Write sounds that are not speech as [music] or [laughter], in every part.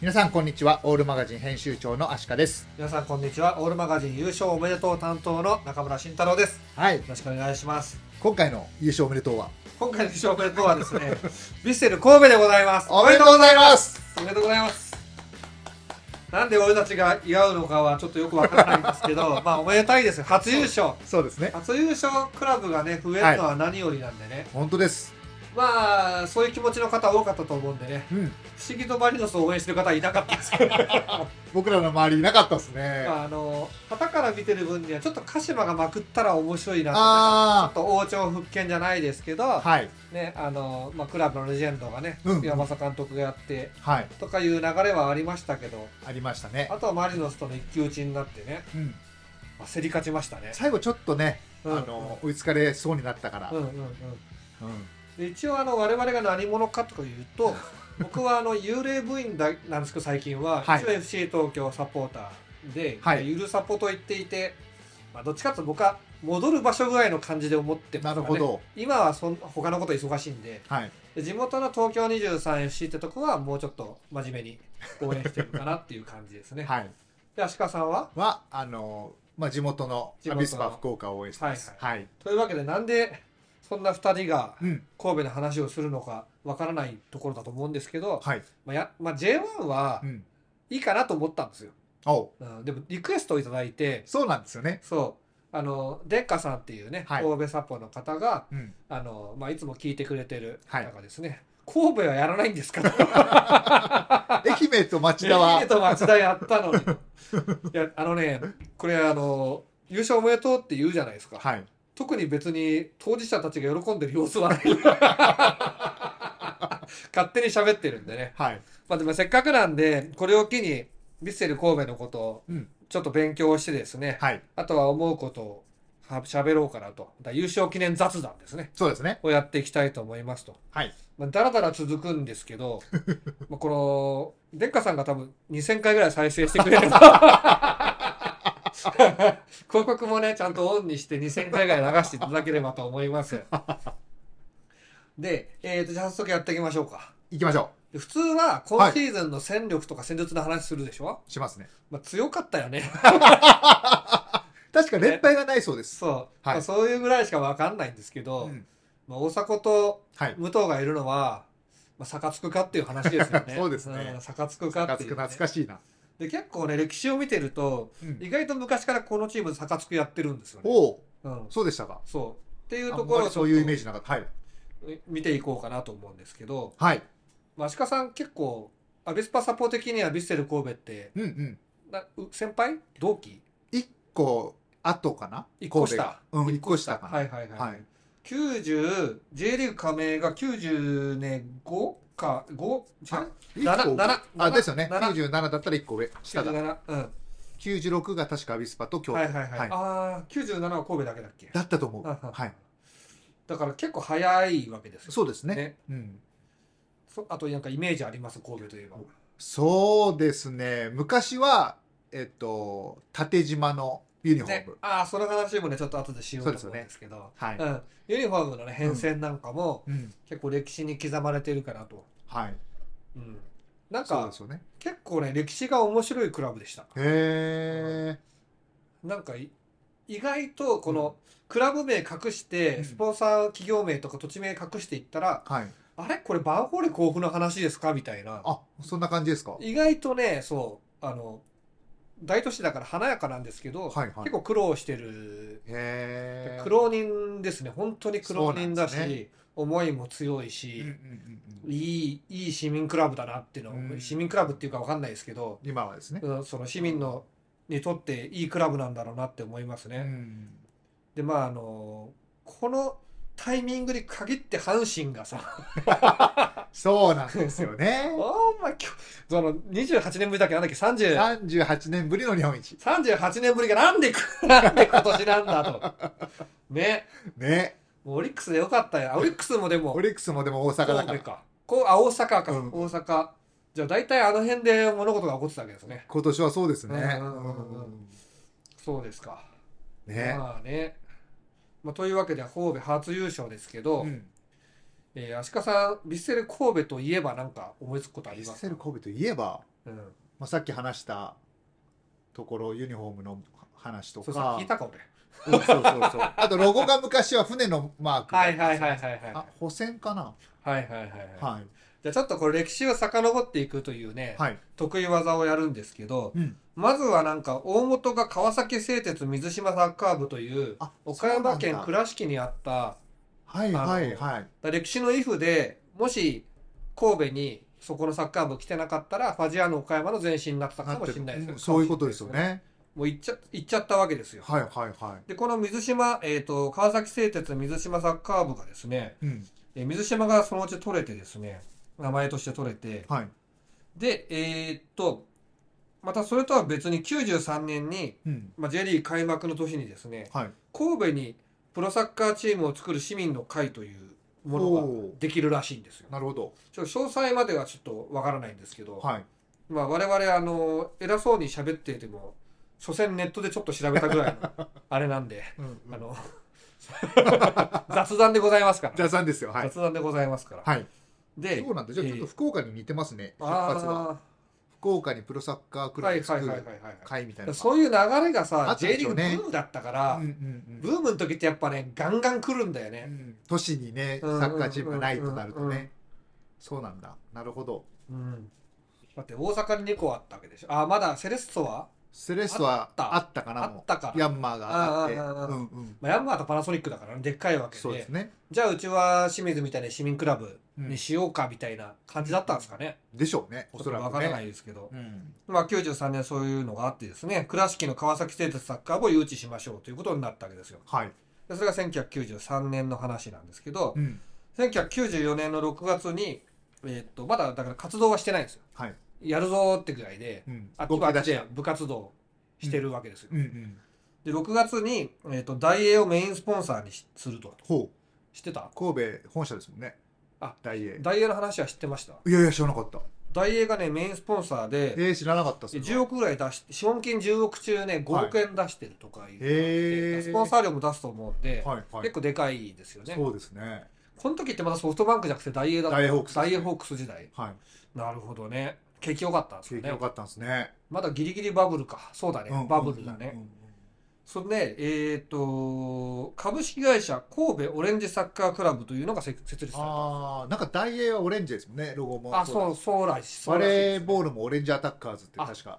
皆さんこんにちはオールマガジン編集長のアシカです皆さんこんにちはオールマガジン優勝おめでとう担当の中村慎太郎ですはいよろしくお願いします今回の優勝おめでとうは今回の優勝おめでとうはですねヴィッセル神戸でございますおめでとうございますおめでとうございますなんで俺たちが祝うのかはちょっとよくわからないんですけどまあおめでたいですよ初優勝そうですね初優勝クラブがね増えるのは何よりなんでね、本当ですまあそういう気持ちの方多かったと思うんでねうん不思議とマリノスを応援してる方はいなかったですけど僕らの周りいなかったですねまああの旗から見てる分にはちょっと鹿島がまくったら面白いなとあちょっと王朝復権じゃないですけど、あはいねあのまあ、クラブのレジェンドがね、うん山佐監督がやってはいとかいう流れはありましたけどありましたねあとはマリノスとの一騎打ちになってね、うんまあ、競り勝ちましたね。最後ちょっとねあうんの追いつかれそうになったからうんうんうんうんで一応あの我々が何者かという [laughs] と僕はあの幽霊部員だなんですけど最近は、はい一応 FC 東京サポーターで、はいゆるサポと言っていて、まあ、どっちかというと僕は戻る場所ぐらいの感じで思ってまなすかるらねほど今はそん他のこと忙しいんで、はいで地元の東京 23FC ってとこはもうちょっと真面目に応援してるかなっていう感じですね。はいで足利さんははあのまあ地元の地ア元のビスパ福岡を応援してますはいというわけでなんでそんな2人がうん神戸の話をするのかわからないところだと思うんですけど、はいまあやまあ、J1 はうんいいかなと思ったんですよ。おううん、でもリクエストをいただいてそうなんですよねそうあのデッカさんっていうね、はい神戸サポの方がうんあの、まあ、いつも聞いてくれてるはい中ですね、神戸はやらないんですかと愛媛と町田えはえと町田やったのに。いや、あのね、これあの、優勝おめでとうって言うじゃないですか。はい特に別に当事者たちが喜んでる様子はない。勝手に喋ってるんでね。はいまあでもせっかくなんで、これを機に、ヴィッセル神戸のことをうんちょっと勉強してですね、はいあとは思うことをは喋ろうかなと。だから優勝記念雑談ですね。そうですねをやっていきたいと思いますと。はいまあ、だらだら続くんです [laughs] けど、まあこの、デッカさんが多分2000回ぐらい再生してくれる [laughs] 広告もね、ちゃんとオンにして2000回ぐらい流していただければと思います。で、えー、と、じゃあ早速やっていきましょうか。行きましょで普通は今シーズンの戦力とか戦術の話するでしょ、うしますねまあ、強かったよね。 [laughs] 確か連敗がないそうですそう。まあ、そういうぐらいしかわかんないんですけど、うんまあ、大迫とはい武藤がいるのは、まあ、サカつくかっていう話ですよね。 [laughs] そうですねん。サカつくかっていう、ね懐。かしいなで、結構ね、歴史を見てると、うん意外と昔からこのチームサカつくやってるんですよね。おおうん。そうでしたかそう。っていあうんところまをりそういうイメージ。ジなかったはい見ていこうかなと思うんですけど、はいまあ、足利さん結構、アビスパサポ的にはヴィッセル神戸って、うんうんなう先輩同期一個後かな一個下神戸がうん一個下かなはいはいはい。はい90、J リーグ加盟が90年5か、5? あ一七個七あ七ですよね七97だったら一個上下だ97うん。 96が確かアビスパと京都はいはいはい。はいああ、97は神戸だけだっけだったと思うああはいだから結構早いわけですよ。そうですねねうんそあとなんかイメージあります、神戸といえば。そうですね昔はえっと縦縞のユニフォーねム、ああ、その話もね、ちょっと後でしようと思そううんですよねですけど、、はいうん、ユニフォームの、ね、変遷なんかも、うん、結構歴史に刻まれてるかなと。はいうん、なんそうでかすよね結構ね、歴史が面白いクラブでした。へえなんかい意外とこのクラブ名隠しうて、んスポンサー企業名とか土地名隠していったら、はいあれこれバンホーレ甲府の話ですかみたいな。あそんな感じですか意外とねそうあの大都市だから華やかなんですけど、はいはい結構苦労してるへえ苦労人ですね本当に苦労人だし、そうなんです思いもうん強いうんし、うんうんいいいい市民クラブだなっていうのを、うん市民クラブっていうかわかんないですけど、今はですねうんその市民のにとっていいクラブなんだろうなって思いますうね。んでまああのこのタイミングに限って阪神 [laughs] がさ、そうなんですよ [laughs] おね前きょその28年ぶりだっけなんだっけ30 38年ぶりの日本一38年ぶりがなんで、なんで今年なんだと。ね。ねもうオリックスでよかったよ。あオリックスもでも、オリックスもでも大阪だか神ら戸か。こう、あ、大阪か。うん大阪。じゃあ大体あの辺で物事が起こってたわけですね。今年はそうですねうんうんうんうんそうですか。ねまあね。まあ、というわけで、神戸初優勝ですけど、うんえー、足利さん、ヴィッセル神戸といえばなんか思いつくことあヴィりッますセル神戸といえばうん、まあ、さっき話したところユニフォームの話とそかうさ聞いたか俺うんそうそうそうあとロゴが昔は船のマークはいはいはいはいはいあ補選かなはいはいはいはいはいじゃあちょっとこれ歴史を遡っていくというね、はい、得意技をやるんですけど、うん、まずはなんか大元が川崎製鉄水島サッカー部というあ岡山そ県うなんだ倉敷にあったはいはいはい歴史のイフでもし神戸にそこのサッカー部来てなかったらファジアーノ岡山の前身になってたかもしれないですうよんそういうことですよねもう行っちゃ行っちゃったわけですよはいはいはでこの水島、えー、と川崎製鉄水島サッカー部がですねいうんえー水島がそのうち取れてですね名前として取れてはいでえーっとまたそれとは別に93年に、うんまあ、J リーグ開幕の年にですねはい神戸にプロサッカーチームを作る市民の会というものがおーできるらしいんですよ。なるほどちょっと詳細まではちょっとわからないんですけど、はいまあ我々あの偉そうに喋ってても所詮ネットでちょっと調べたぐらい [laughs] のあれなんで、あの [laughs] 雑談でございますから、じゃあ残ですよはい雑談でございますから。はいでそうなんだじゃあちょっと福岡に似てますね出発はあ福岡にプロサッカーークラはブいを作はいはいはいるは。会みたいないそういう流れがあさ、ったん J でリしーょうグねブームだったから、うんうんブームの時ってやっぱね、ガンガン来るんだようね。ん都市にねサうんッカーチームがないとなるうんとうんうんうんねそうなんだなるほどうん。だって大阪に2個あったわけでしょ。あ、まだセレッソはセレッソはあったあったかあなっもたから。ヤンマーがあってああああああうんうんまあ、ヤンマーとパナソニックだからねでっかいわけそうでですねじゃあうちは清水みたいな市民クラブうんにしようかみたいな感じだったんですかね、でしょうねおちょそっとらわくからないねですけど、うんまあ、93年そういうのがあってですね倉敷の川崎製鉄サッカー部を誘致しましょうということになったわけですよはいでそれが1993年の話なんですけどうん1994年の6月に、えーっとまだだから活動はしてないんですよはいやるぞーってぐらいでうんあっち動はあきっ出ちしでた部活動してるわけですよ、うんうんで6月に、えーっとダイエーをメインスポンサーにしするとほう知ってた神戸本社ですもんねあ大英ダイエーの話は知ってましたいやいや知らなかったダイエーがねメインスポンサーでえー知らなかったっす10億ぐらい出して資本金10億中ね5億円出してるとかいうのがあって、へースポンサー料も出すと思うんで、はいはい結構でかいですよねそうですねこの時ってまだソフトバンクじゃなくてダイエーだったダイエーホークスダイエーホークス時代はいなるほどね景気良かったんです景よ気ね良かったんですねまだギリギリバブルかそうだね、うんバブルだね、うんうんそれでえっ、と株式会社神戸オレンジサッカークラブというのが設設立されたああなんか大英はオレンジですもんねロゴもあそうそうらしいそうバらしいレーボールもオレンジアタッカーズって確かあ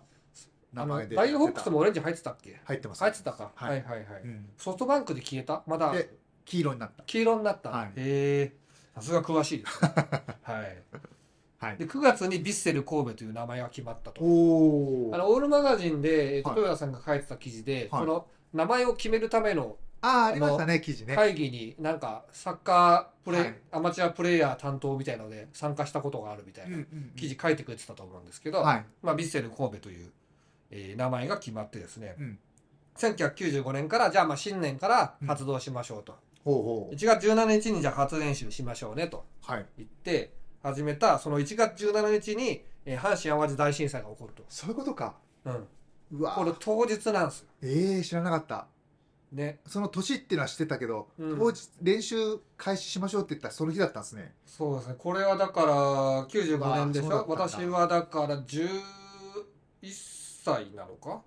名の前でダイエーホークスもオレンジ入ってたっけ入ってます入ってたか、はいはい、はいはいうんソフトバンクで消えたまだで黄色になった黄色になった、はいへえさすが詳しいで [laughs] すねはいはいで9月にヴィッセル神戸という名前が決まったおとおあのオールマガジンでえっとはい豊田さんが書いてた記事で、はいこの名前を決めるためのああありましたね記事ね会議になんかサッカープレー、はいアマチュアプレイヤー担当みたいので参加したことがあるみたいうんうなん記事書いてくれてたと思うんですけど、はいまあ、ヴィッセル神戸という、えー名前が決まってですね、うん1995年からじゃあまあ新年から活動しましょうと、ほうほう1月17日にじゃあ初練習しましょうねとはい言って始めたその1月17日に、えー阪神・淡路大震災が起こると、そういうことかうん、うわこれ当日なんですよええ知らなかったねその年っていうのは知ってたけどうん当日練習開始しましょうって言ったらその日だったんですねそうですねこれはだから95年でしうわょそうだったん私だはだから11歳なのか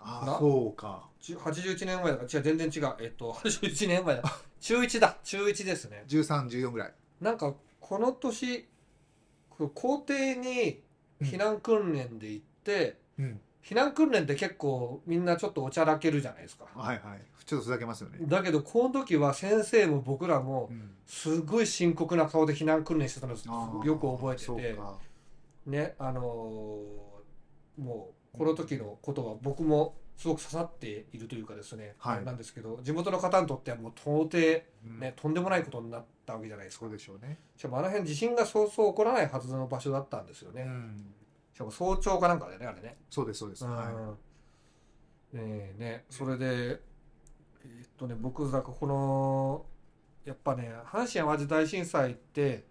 あなあそうか10 81年前だから違う全然違うえっと81年前だ [laughs] 中1だ中1ですね1314ぐらいなんかこの年こう校庭に避難訓練で行って、うん避難訓練って結構みんなちょっとおちゃらけるじゃないですか、はいはいちょっとふざけますよねだけどこの時は先生も僕らもうんすごい深刻な顔で避難訓練してたのですあーよく覚えてそうてかねあのーもうこの時のことは僕もすごく刺さっているというかですね、はいなんですけど地元の方にとってはもう到底うんね、とんでもないことになったわけじゃないですかそうでしょうねしかもあの辺地震がそうそう起こらないはずの場所だったんですよね、うんしかも早朝かなんかでねあれね、そうですそうですはいうんねえねそれでえーっとね僕だからこのやっぱね阪神・淡路大震災って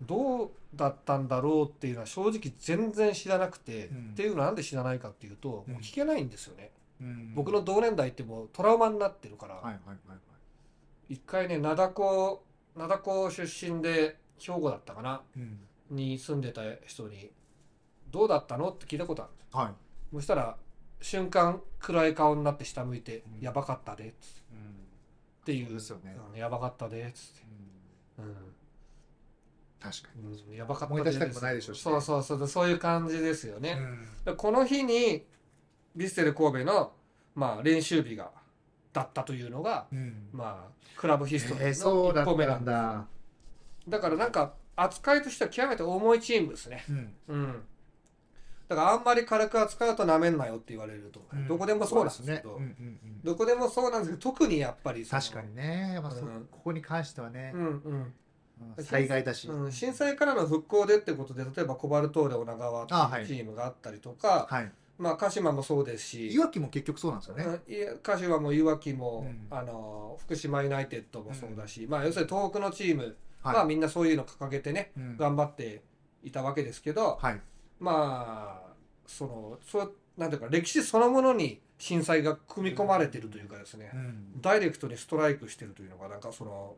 どうだったんだろうっていうのは正直全然知らなくて、うんっていうのはなんで知らないかっていうともううん聞けないんですよね、うん僕の同年代ってもうトラウマになってるから、はいはいはいはい一回ね灘子灘子出身で兵庫だったかなうんに住んでた人にどうだったのって聞いたことあるんですはい。そしたら瞬間暗い顔になって下向いてうん「やばかったで」っつってうんっていうそうですよねうんやばかったで」っつって確かに。うん、うん、やばかった思い出したくもないでしょうしねそうそうそうそういう感じですよね、ん。でこの日にヴィッセル神戸の、まあ、練習日がだったというのが、うん。まあ、クラブヒストリえーーそのうだ一っ歩目なたんんだ,、だ。だからなんか扱いとしては極めて重いチームですねうん。うんだからあんまり軽く扱うとなめんなよって言われると、どこでもそうなんですけどそうですね。うんうんうんどこでもそうなんですけど特にやっぱりその確かにね。まあ、そうんここに関してはねう、んうん災害だし。うん、うん、震災からの復興でってことで例えばコバルトーレ女川あはっていういチームがあったりとかはい。まあ鹿島もそうですしいわきも結局そうなんですよね。うんいや鹿島もいわきも、うんあの福島ユナイテッドもそうだし、まあ要するに東北のチームはい。まあみんなそういうの掲げてねうん頑張っていたわけですけどはい。まあそのそうなんていうか歴史そのものに震災が組み込まれてるというかですね、うんダイレクトにストライクしてるというのがなんかその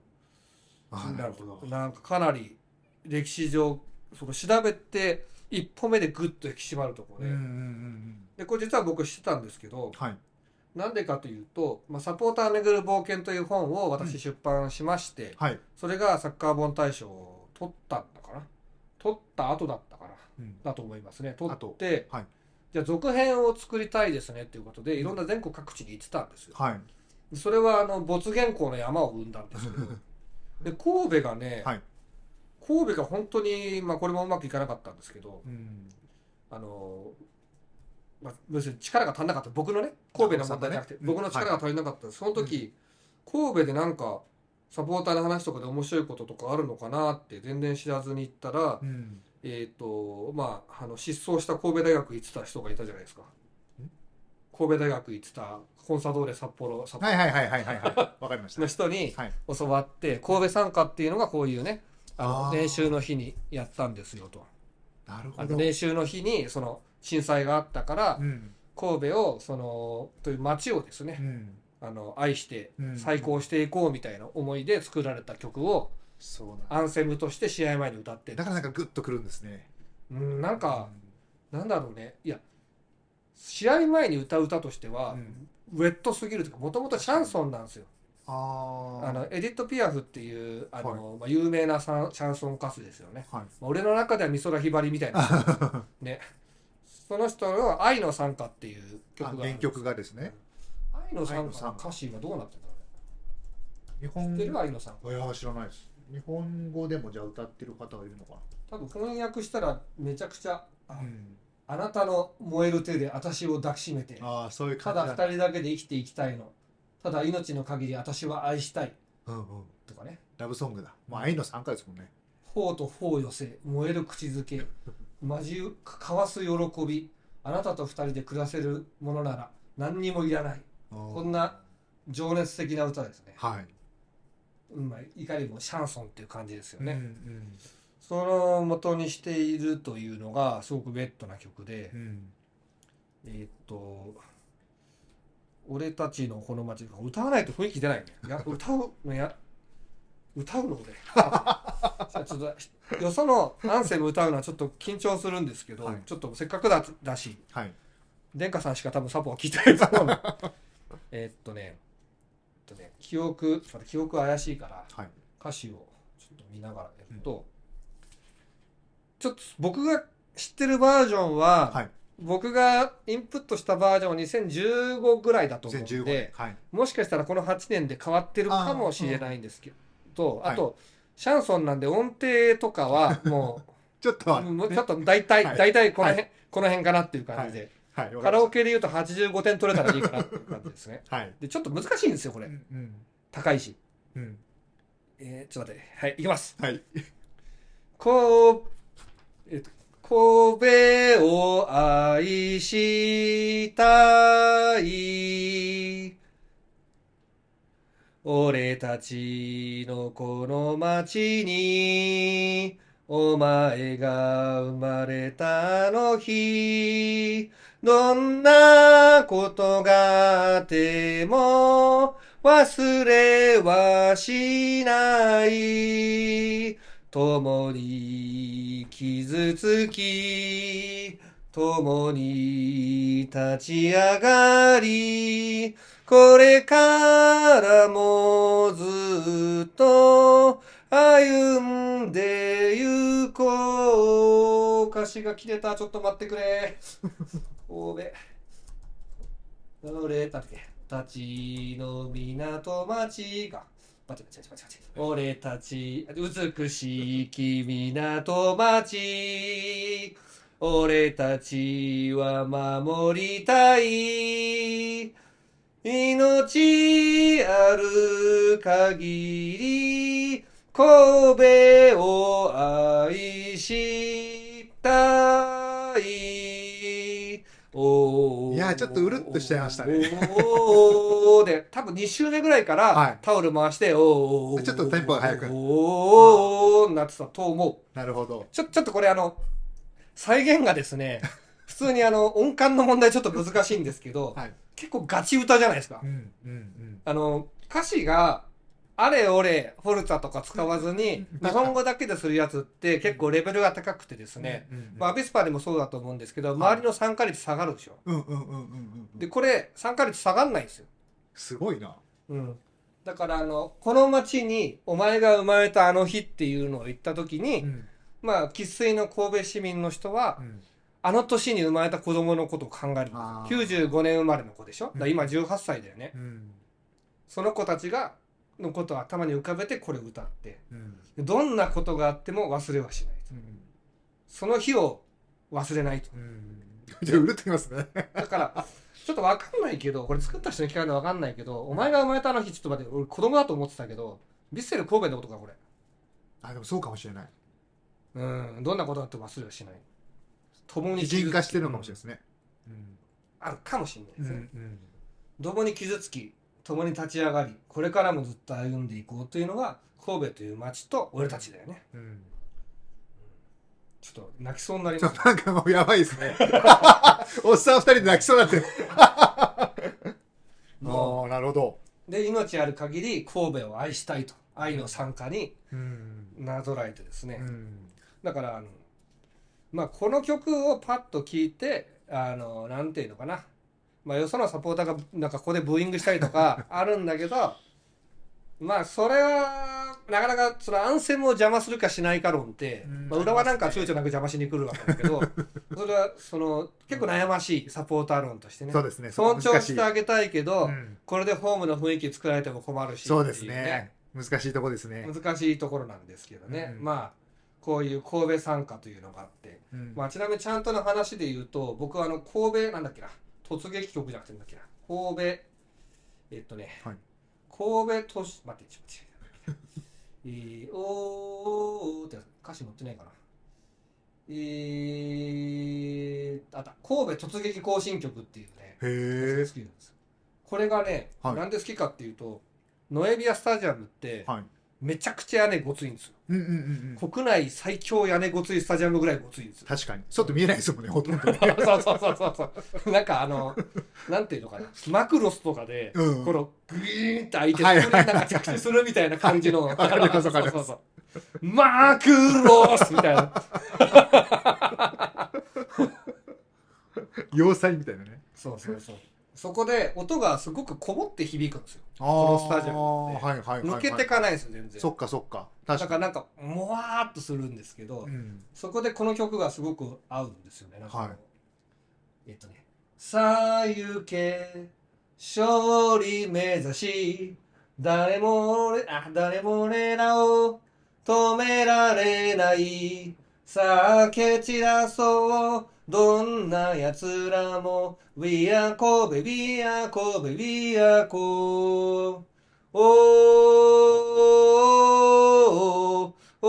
あなるほど。なんかかなり歴史上その調べて一歩目でグッと引き締まるとこうろんで,、うんうんうん。でこれ実は僕知ってたんですけどはい。なんでかというと「まあ、サポーターを巡る冒険」という本をう私ん出版しまして、はい。それがサッカー本大賞を取ったのかな取った後だったかなうんだと思いますね取後って、はいじゃあ続編を作りたいですねっていうことでいろんな全国各地に行ってたんですよ。はい。それはあの没原稿の山を生んだんですけどで神戸がね、はい神戸が本当に、まあ、これもうまくいかなかったんですけどうん。あの、まあ、要するに力が足んなかった僕のね神戸の問題じゃなくて、うん僕の力が足りなかった、その時、神戸でなんかサポーターの話とかで面白いこととかあるのかなって全然知らずに行ったら、うん。えっ、とまああの失踪した神戸大学行ってた人がいたじゃないですか。神戸大学行ってたコンサドーレ札幌札幌はいはいはいはいはいはい。わかり [laughs] ましの人にた。はい。教わって神戸参加っていうのがこういうねあのあー練習の日にやったんですよとなるほあのど。練習の日にその震災があったからうん。神戸をそのという街をですうねん。あの愛してうん再興していこうみたいな思いで作られた曲をそうなんだアンセムとして試合前に歌ってるだからなんかグッとくるんですね。うんなんかなんだろうねいや試合前に歌う歌としてうはん。ウェットすぎるというかもともとシャンソンなんですよああ。あのエディット・ピアフっていうあの、まあ、有名なサンシャンソン歌手ですよねはい。まあ俺の中では美空ひばりみたいなねその人の「愛の賛歌」っていうあ [laughs] 曲がある原曲がですね。愛の愛賛の歌の賛歌歌詞がどうなってたの日本知ってる愛の賛歌いや知らないです日本語でもじゃあ歌ってる方がいるのか多分翻訳したらめちゃくちゃ「な、ああなたの燃える手で私を抱きしめてああそういうた感じだ二人だけで生きていきたいのただ命の限り私は愛したいうんうん」とかねラブソングだまあ愛の参加ですもんね「頬と頬を寄せ燃える口づけ交わ交わす喜びあなたと二人で暮らせるものなら何にもいらない」こんな情熱的な歌ですね。はいうんまあ、いかにもシャンソンっていう感じですよね。うんその元にしているというのがすごくベッドな曲で、うんうんえーっと、俺たちのこの街、歌わないと雰囲気出ないね。[laughs] いや歌うのや、歌うの俺。さあちょっとよそのアンセム歌うのはちょっと緊張するんですけど、はいちょっとせっかくだだし、はい殿下さんしか多分サポは聞いてないと思うのえーっとね、えっとね、記憶、ちょっと待って記憶怪しいから、はい歌詞をちょっと見ながらやると、ちょっと僕が知ってるバージョンは、はい僕がインプットしたバージョンは2015ぐらいだと思う2015ん年で、はいもしかしたらこの8年で変わってるかもしれないんですけど、ああ,、ーうんと、シャンソンなんで音程と [laughs] かはもちょっとはう、もうちょっと大体、はい大体この辺、この辺かなっていう感じで。はいわかカりラまオケで言うと85点取れたらいいかなっていう感じですね。したはいで、ちょっと難しいんですよ、こうれ。ん高いし。うんうんえー、ちょっと待って。はい、いきます。はいこう、えっと、神戸を愛したい。俺たちのこの町に、お前が生まれたあの日、どんなことがあっても、忘れはしない。共に傷つき、共に立ち上がり、これからもずっと歩んでゆこう。歌詞が切れた。ちょっと待ってくれ。おべ。俺たち、立ちの港町が。待って待って待って俺たち、美しい君港町。俺たちは守りたい。命ある限り神戸を愛したい。おーいやちょっとうるっとしちゃいましたね。おーで、多分2周目ぐらいかはらいタオル回して、おーちょっとテンポが速くおーおーなってたと思う。なるほど。ちょ、ちょっとこれあの、再現がですね、普通にあの、音感の問題ちょっと難しいんですけど、はい結構ガチ歌じゃないですかう。んうんうん。あの、歌詞が、あれおれ、フォルツァとか使わずに、うん日本語だけでするやつって結構レベルが高くてですね、うんうんまあ、アビスパでもそうだと思うんですけど、周りの参加率下がるでしょ。うんうんうんうんうんうん。で、これ、参加率下がんないんですよ。すごいな。うん。だから、あの、この街に、お前が生まれたあの日っていうのを言った時に、んまあ、生粋の神戸市民の人はう、んあの年に生まれた子供のことを考えるんですよあー95年生まれの子でしょだから今うん18歳だよね。うんその子たちが、のことを頭に浮かべてこれを歌って。うんどんなことがあっても忘れはしない。うんその日を忘れないと。うん。じゃあうるってきますね。だから、 [laughs] ちょっとわかんないけど、これ作った人に聞かれるのわかんないけど、お前が生まれたあの日、ちょっと待って、俺子供だと思ってたけど、ヴィッセル神戸のことか、これ。あでもそうかもしれない。うん、どんなことだって忘れはしない。共に擬傷つき人化してるのかもしれないですね。うんあるかもしれないですうね。んうん。共に傷つき共に立ち上がりこれからもずっと歩んでいこうというのが神戸という町と俺たちだよねうんちょっと泣きそうになりちょまっすとなんかもうやばいですね。 [laughs] おっさん二人で泣きそうになってる。も [laughs] ああ、なるほど。うで命ある限り神戸を愛したいと愛の参加にうん。なぞらえてですね、うんだからあの、まあ、この曲をパッと聴いてあのなんていうのかな、まあ、よそのサポーターがなんかここでブーイングしたりとか [laughs] あるんだけどまあそれはなかなかそのアンセムを邪魔するかしないか論って、うんまあ、裏はなんか躊躇なく邪魔しに来るわけだけ [laughs] どそれはその結構悩ましいサポーター論としてねそうですね。尊重難してあげたいけど、うんこれでホームの雰囲気作られても困るしそうですっていね。難しいとこですね。難しいところなんですけどね、うんまあこういう神戸参加というのがあって、うんまあ、ちなみにちゃんとの話で言うと僕はあの神戸なんだっけな突撃局じゃなくてなんだっけな神戸えっとね、はい神戸都市待ってちょっと待って。えー、おーって歌詞載ってないかな。えー、あった神戸突撃行進曲っていうね、へ好え。きなんですよこれがね、はいなんで好きかっていうとノエビアスタジアムって、はい。めちゃくちゃ屋根ごついんですよ、うんうんうんうん。国内最強屋根ごついスタジアムぐらいごついんですよ [laughs] 確かに。ちょっと見えないですもんね、ほとんど。そうそうそうそうそうなんかあのなんていうのかなマクロスとかで、 [laughs] うんこのグイーンって開いてそはこいにはいなんか着地するみたいな感じの、はいわかりますわかりますそうそうそうマクロスみたいな要塞みたいなね。そうそうそうそこで音がすごくこもって響くんですよあのスタジアムあ、はいはいはいは抜い。けてかないんですよ全然そっかそっか。だ確かからなんかもわーっとするんですけど、に。うん。そこでこの曲がすごく合うんですよね。なんかはいえっとね。さあ行け、勝利目指し、誰も俺、あ、誰も俺らを止められない。さあ蹴散らそう、どんな奴らも。We are Kobe, we are Kobe, we are Kobe. おーおーおーお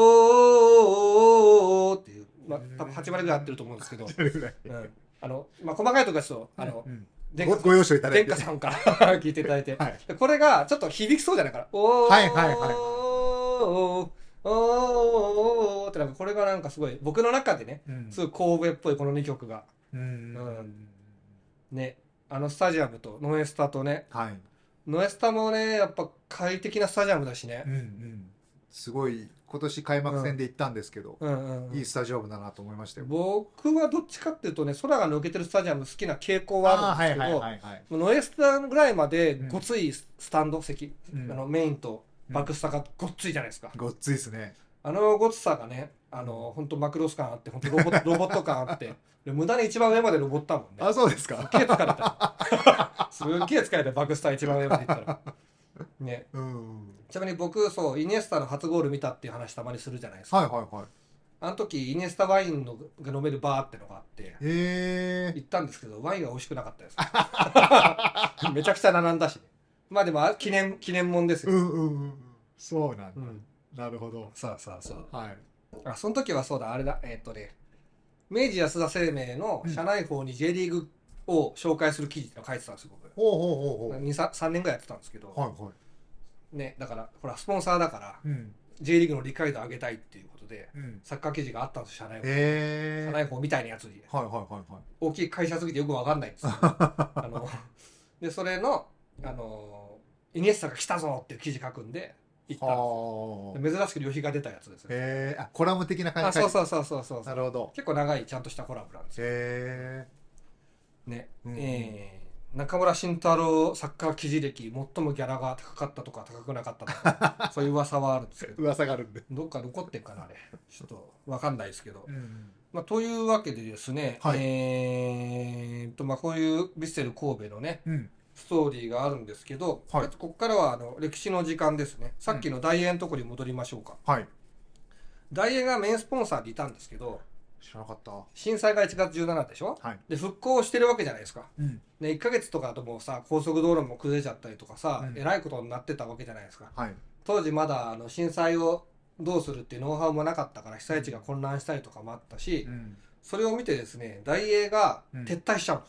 ーおーっていう、まあ、多分8割ぐらい合ってると思うんですけど、それぐらい。うんあのまあ、細かいところですと、あのうん殿ご下ご容赦いただ殿いて下。さんから聞いていただいて、はい。でこれがちょっと響きそうじゃないから、おーはいはいはいおーおーってなんかこれがなんかすごい僕の中でねうんすごい神戸っぽいこの2曲がうんうんねあのスタジアムとノエスタとねはい。ノエスタもねやっぱ快適なスタジアムだしねうんうん。すごい今年開幕戦で行ったんですけど、うんうんうんいいスタジアムだなと思いましたよ。僕はどっちかっていうとね空が抜けてるスタジアム好きな傾向はああるんですけーはいど、はいはいはい。ノエスタぐらいまでうんごついスタンド席、うんあのメインとバックスタがごっついじゃないですか、ごっついですね。あのごっつさがねあの本当マクロス感あって本当ロボロボット感あってで無駄に一番上まで登ったもん [laughs] ねあ、そうですすっか。げえ疲れたすっげえ疲れたバックスタ一番上まで行ったらねうん。ちなみに僕そうイニエスタの初ゴール見たっていう話たまにするじゃないですか、はいはいはい。あの時イニエスタワインのが飲めるバーってのがあってへえ。行ったんですけどワインは美味しくなかったですめちゃくちゃ並んだしね、まあでもあ記念記念もんですうよ、んうんうん。そうなんうだ。んなるほど。さあさあさはい。ああその時はそうだあれだえーっとね明治安田生命の社内報に J リーグを紹介する記事っての書いてたんですよ僕ほうほうほうほ2 3, 3年ぐらいやってたんですけど、う。はいはね、だからほらスポンサーだからい。うん。 J リーグの理解度上げたいっていうことでうん。サッカー記事があったんですよ社内報へ社え。内報みたいなやつにはいはいはいはい。大きい会社すぎてよくわかんないんですけ [laughs] どあのでそれのあのイニエスタが来たぞっていう記事書くんで行ったんはあ。です珍しく旅費が出たやつですねへえ。あ、コラム的な感あじでそう書いてそうそうそうそうなるほど。結構長いちゃんとしたコラボなんですよへえ。ね、うんうんえー中村慎太郎サッカー記事歴最もギャラが高かったとか高くなかったと [laughs] かそういう噂はあるんですけど噂があるんで。どっか残ってんかなあれちょっとわかんないですけどうん。まあ、というわけでですね、はいえーっと、まあ、こういうヴィッセル神戸のね、うん。ストーリーがあるんですけど、はいあとここからはあの歴史の時間ですね。さっきの大英のところに戻りましょうか。はい。大英がメインスポンサーでいたんですけど、知らなかった。震災が1月17でしょはい。で、復興してるわけじゃないですか。うん。で、1ヶ月とかだともうさ、高速道路も崩れちゃったりとかさ、うんえらいことになってたわけじゃないですか。はい。当時まだあの震災をどうするっていうノウハウもなかったから、被災地が混乱したりとかもあったし、うん。それを見てですね、大英が撤退しちゃうの、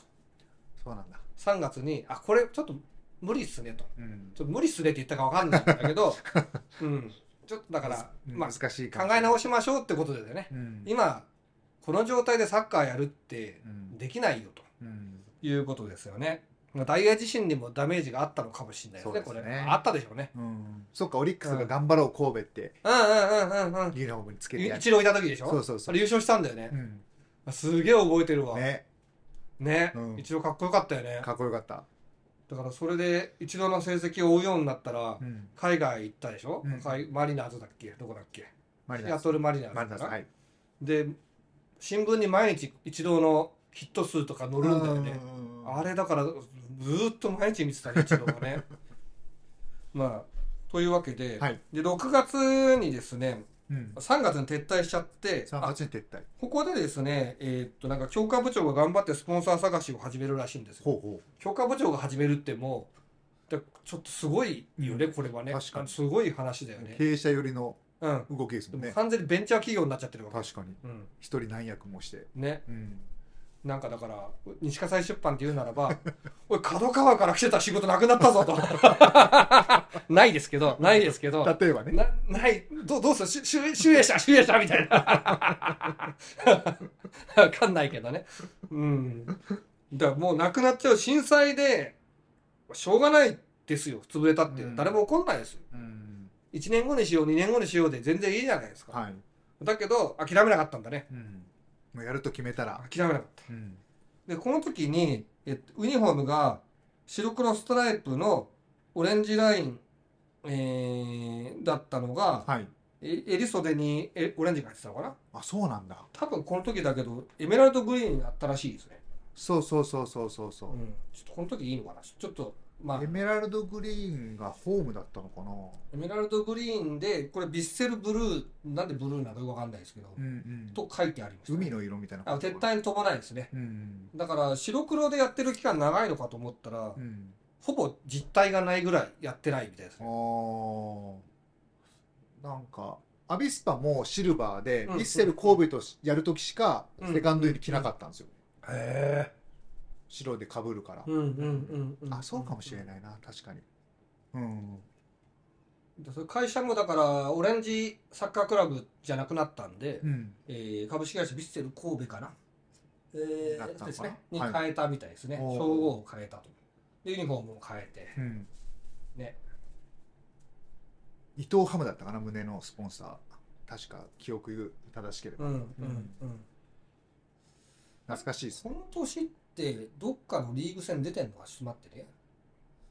そうなんだ。 3月に、あ、これちょっと無理っすねと。うん。ちょっと無理っすねって言ったかわかんないんだ [laughs] けど、うん。ちょっとだだから、まあ、難しい考え直し。しましょうってことでね、うん。今、この状態でサッカーやるってうん。できないよとうん。いうことですよね。まあ大英自身にもダメージがあったのかもしれないですね、そこうでれすね。あったでしょうね。うん。そっか、オリックスが頑張ろう神戸って、うんうんうんうんうん。ユニフォームにつけてやる。一郎いた時でしょそうそうそ。そうれ優勝したんだよねう。ん。すげえ覚えてるわ。ね。ね。うん一郎かっこよかったよね。かっこよかった。だからそれで一度の成績を追うようになったら、うん。海外行ったでしょ、うん海マリナーズだっけどこだっけマリシアナス。トルマリナーズマリナス。かなはい。で新聞に毎日一度のヒット数とか載るんだよねうんあれだからずーっと毎日見てたね一度が [laughs] ねまあというわけで,、はいで6月にですねうん。 3月に撤退しちゃって3あ月に撤退。ここでですねえーっとなんか教科部長が頑張ってスポンサー探しを始めるらしいんですよほうほ教科部長が始めるってもうだちょっとすごいよね、うこれはね確かにすごい話だよう。ね、経営者寄りのうん、動きですでもんもね。完全にベンチャー企業になっちゃってるわけ、確かに。うん、一人何役もして。ねうん。なんかだから西葛西出版って言うならば [laughs] 「おい角川から来てた仕事なくなったぞ」と [laughs] ないですけどないですけど例えばね。なないどうどうするし集集英者集英者みた [laughs] いなわかんないけどねうんだからもうなくなっちゃう震災でしょうがないですよ潰れたって、うん誰も怒んないですようん。 1年後にしよう2年後にしようで全然いいじゃないですか、はい。だけど諦めなかったんだねうん。もうやると決めたら。諦めなかったうん。でこの時に、えっと、ユニフォームが白黒ストライプのオレンジライン、えーだったのが、はい。え襟袖にえオレンジが入ってたのかなあ、そうなんだ。多分この時だけどエメラルドグリーンになったらしいですね、そうそうそうそうそううそん、ちょっとこの時いいのかなちょっとまあう。エメラルドグリーンがホームだったのかな。エメラルドグリーンでこれヴィッセルブルーなんでブルーなのかよくわかんないですけど、うんうん。と書いてあります、海の色みたいなあ感じ。撤退に伴いですねうん。だから白黒でやってる期間長いのかと思ったら、うん。ほぼ実体がないぐらいやってないみたいですあねーなんかアビスパもシルバーでうんヴィッセル神戸とやるときしかうんセカンドユニ着なかったんですよへえ白で被るからうんうんうん、うん、あそうかもしれないな確かにうんでそれ会社もだからオレンジサッカークラブじゃなくなったんで、うんえー株式会社ヴィッセル神戸かな、えだったのかなですね、にはい変えたみたいですね、おー称号を変えたと。で、ユニフォームを変えて、うんね、伊藤ハムだったかな胸のスポンサ確か記憶正しければうんうんうん懐かしいですその年ってどっかのリーグ戦出てんのかちょっと待ってね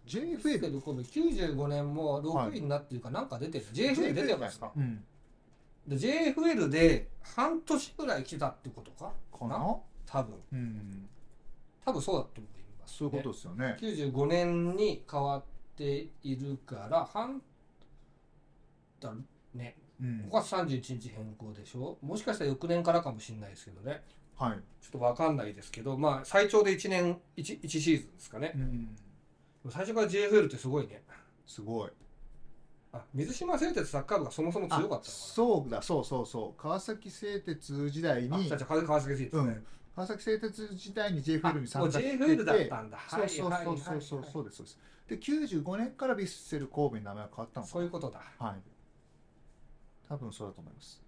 JFL けどこの95年も6位になってるかなんか出てる、JFL 出てるんですかうんで JFL で半年ぐらい来てたってことかかな多分うん多分そうだと思います、そういうことですよね95年に変わっているから半だねうん5月31日変更でしょもしかしたら翌年からかもしれないですけどねはいちょっとわかんないですけどまあ最長で1年 1, 1シーズンですかねうん最初から JFL ってすごいねすごいあ水島製鉄サッカー部がそもそも強かったのかなそうだそうそうそう川崎製鉄時代あにじゃあじゃあ川川崎製鉄うね、ん川崎製鉄時代にあ JFL にも参う加して JFL だってたんだそうそうそうそうそうそううですそうですで95年からヴィッセル神戸に名前が変わったのかそういうことだなはい多分そうだと思います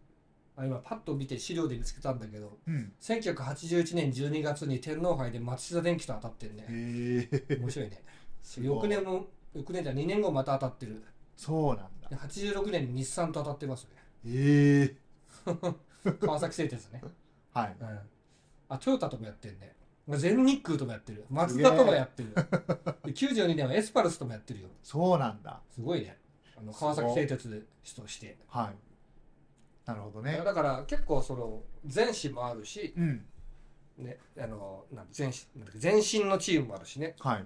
あ今パッと見て資料で見つけたんだけどうん1981年12月に天皇杯で松下電器と当たってるねへえ面白いねすごい翌年も翌年じゃ2年後また当たってるそうなんだで86年に日産と当たってますへえね川崎製鉄 [laughs] ね、はいうん、あトヨタともやってるね全日空ともやってる松田ともやってるで92年はエスパルスともやってるよそうなんだすごいねあの川崎製鉄としてはいなるほどねだから結構その前史もあるし、うんね、あのなんだ前史なんだっけ前身のチームもあるしねはい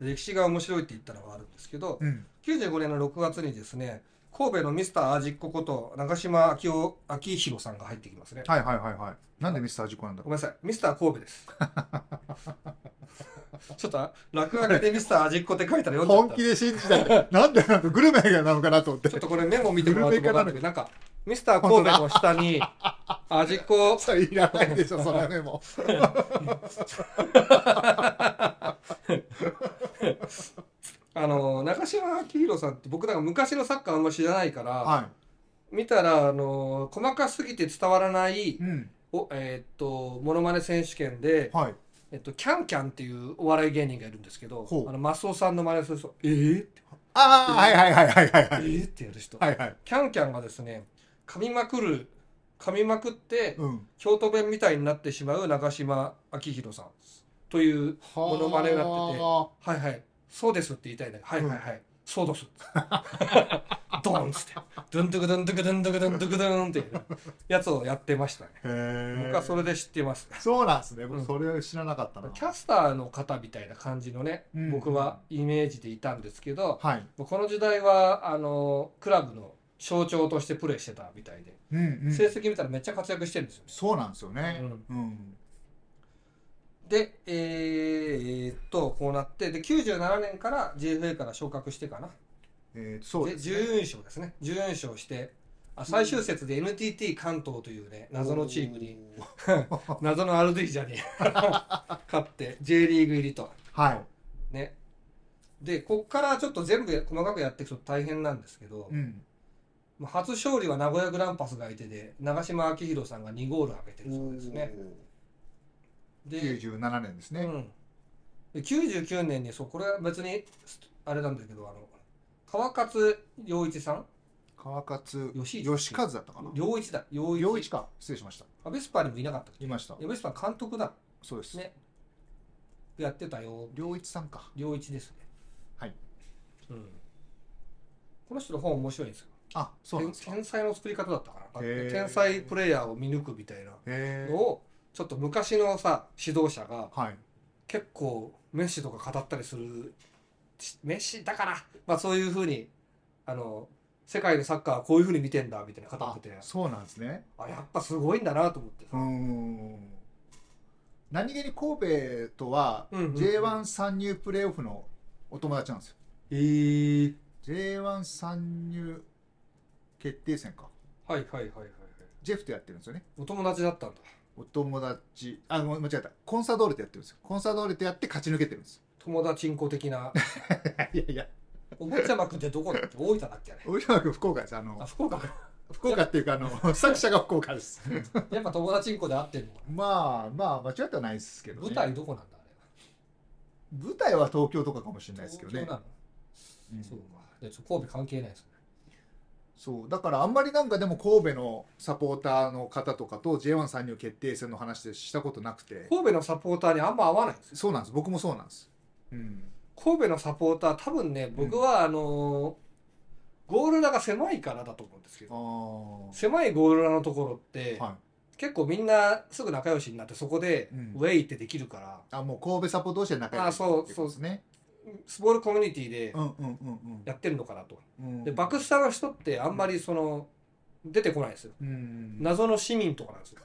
歴史が面白いって言ったのはあるんですけど、うん95年の6月にですね神戸のミスターアジッコこと長嶋昭夫昭弘さんが入ってきますね、はいはいはいはいなんでミスター事故なんだごろめんなさいミスター神戸です [laughs] ちょっと落書きでミスターアジッコって書いたうら読んじゃっ本た気で信じたい [laughs] なんでなんかグルメなのかなと思ってちょっとこれメモ見てもらうと分かるんだけどなんかミスター神戸の下にアジッコそれいらないでしょそれでもあの中島昭弘さんって僕なんか昔のサッカーあんま知らないから、は見たらあの細かすぎて伝わらないいうんおえーっとモノマネ選手権で、はいえっと、キャンキャンっていうお笑い芸人がいるんですけどほうあのマスオさんの真似する人えー、ってああはいはいはいはいはいえはいー、ってやる人、はいはいキャンキャンがですね噛みまくる噛みまくってうん京都弁みたいになってしまう長嶋昭弘さんというモノマネになってては「はいはいそうです」って言いたいんだけど「はいはいはい、そうです」 [laughs] ドンっつって「ドゥンドゥクドゥンドゥクドゥンドゥクドゥンドゥクドゥン」っていうやつをやってましたねあへえ僕はそれで知ってますそうなんですねう僕んそれは知らなかったなキャスターの方みたいな感じのね、うん僕はイメージでいたんですけど、はいもうこの時代はあのクラブの象徴としてプレーしてたみたいで、うんうん成績見たらめっちゃ活躍してるんですよね。そうなんですよねうんで、えーえーっとこうなってで97年から JFA から昇格してかなえーそうでです準ね優勝ですね準優勝してあ最終節で NTT 関東というね謎のチームにおー謎のアルディージャに [laughs] 勝って J リーグ入りと。 [laughs] はいね。で、こっからちょっと全部細かくやっていくと大変なんですけど、うんまあ初勝利は名古屋グランパスが相手で、長嶋昭弘さんが2ゴール挙げてるそうですね。で、 97年ですうねん、で99年にそう、これは別に、あれなんだけど、あの、川勝良一さん川勝吉一義和だったかな良一だ、良一。良一か失礼しましたアベスパーにもいなかったっけいましたいやアベスパー監督だ。そうですね。やってたよ。良一さんか良一ですね。はい。うん。この人の本面白いんですよ。あそうなんですかへ天才の作り方だったかなへー天才プレイヤーを見抜くみたいなのえをちょっと昔のさ指導者がはい結構メッシとか語ったりするしメッシだから、まあ、そういうふうにあの世界のサッカーはこういうふうに見てんだみたいな語あっててそうなんですねあやっぱすごいんだなと思ってうーさ、ん何気に神戸とはうんうんうん J1 参入プレーオフのお友達なんですよえー、 J1 参入決定戦かはいはいはいはいはいジェフとやってるんですよねお友達だったんだお友達あごめん間違えたコンサドーレとやってるんですよコンサドーレとやって勝ち抜けてるんです友達んこ的 [laughs] ないやいやお坊ちゃまくんってどこだっけ大分だっけあれ大島君福岡ですああの福岡か福岡っていうかあの作者が福岡ですやっぱ友達んこで会ってるのかまあまあ間違ってはないですけなど、ね、舞台どこなんだあれ舞台は東京とかかもしれないです東け京どねなのうんそうか。で、ちょ神戸関係ないですね。そうだからあんまりなんかでも神戸のサポーターの方とかと J1 参入決定戦の話でしたことなくて神戸のサポーターにあんま合わないんですよそうなんです僕もそうなんですうん神戸のサポーター多分ね僕はあのーゴール裏が狭いからだと思うんですけあどあ狭いゴール裏のところって、はい結構みんなすぐ仲良しになってそこでうんウェイってできるから、あもう神戸サポート同士で仲良あくそうってことですねスモールコミュニティでうんうんうんやってるのかなと。うんでバクスタの人ってあんまりその出てこないんですよ。うんな謎の市民とかなんですよ。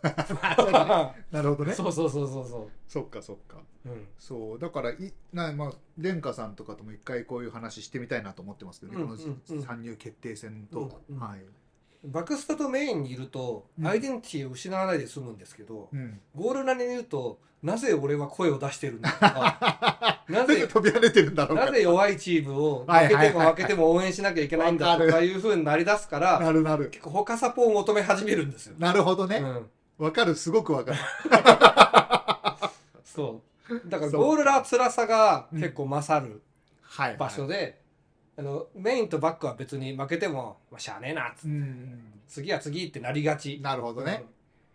なるほどね [laughs] そうそうそうそうそそっかそっかう。うん。そうだからいなまあ蓮華さんとかとも一回こういう話してみたいなと思ってますけどね、うんうんこの参入決定戦とか、うんうんはい、バクスタとメインにいるとうんアイデンティティを失わないで済むんですけど、うん、ゴール裏にいるとなぜ俺は声を出してるんだとか [laughs] ななんでぜ飛び跳ねてるんだろう [laughs] なかぜ弱いチームを負けても負けても応援しなきゃいけないんだとかいうふうになりだすからなるなる結構他サポを求め始めるんですよ。なるほどうねんわ、かるすごくわかるそう。だからそうゴールラ辛さが結構勝るはい、はい、場所で、あのメインとバックは別に負けても、まあ、しゃあねえなっつうってん次は次ってなりがち。なるほどね、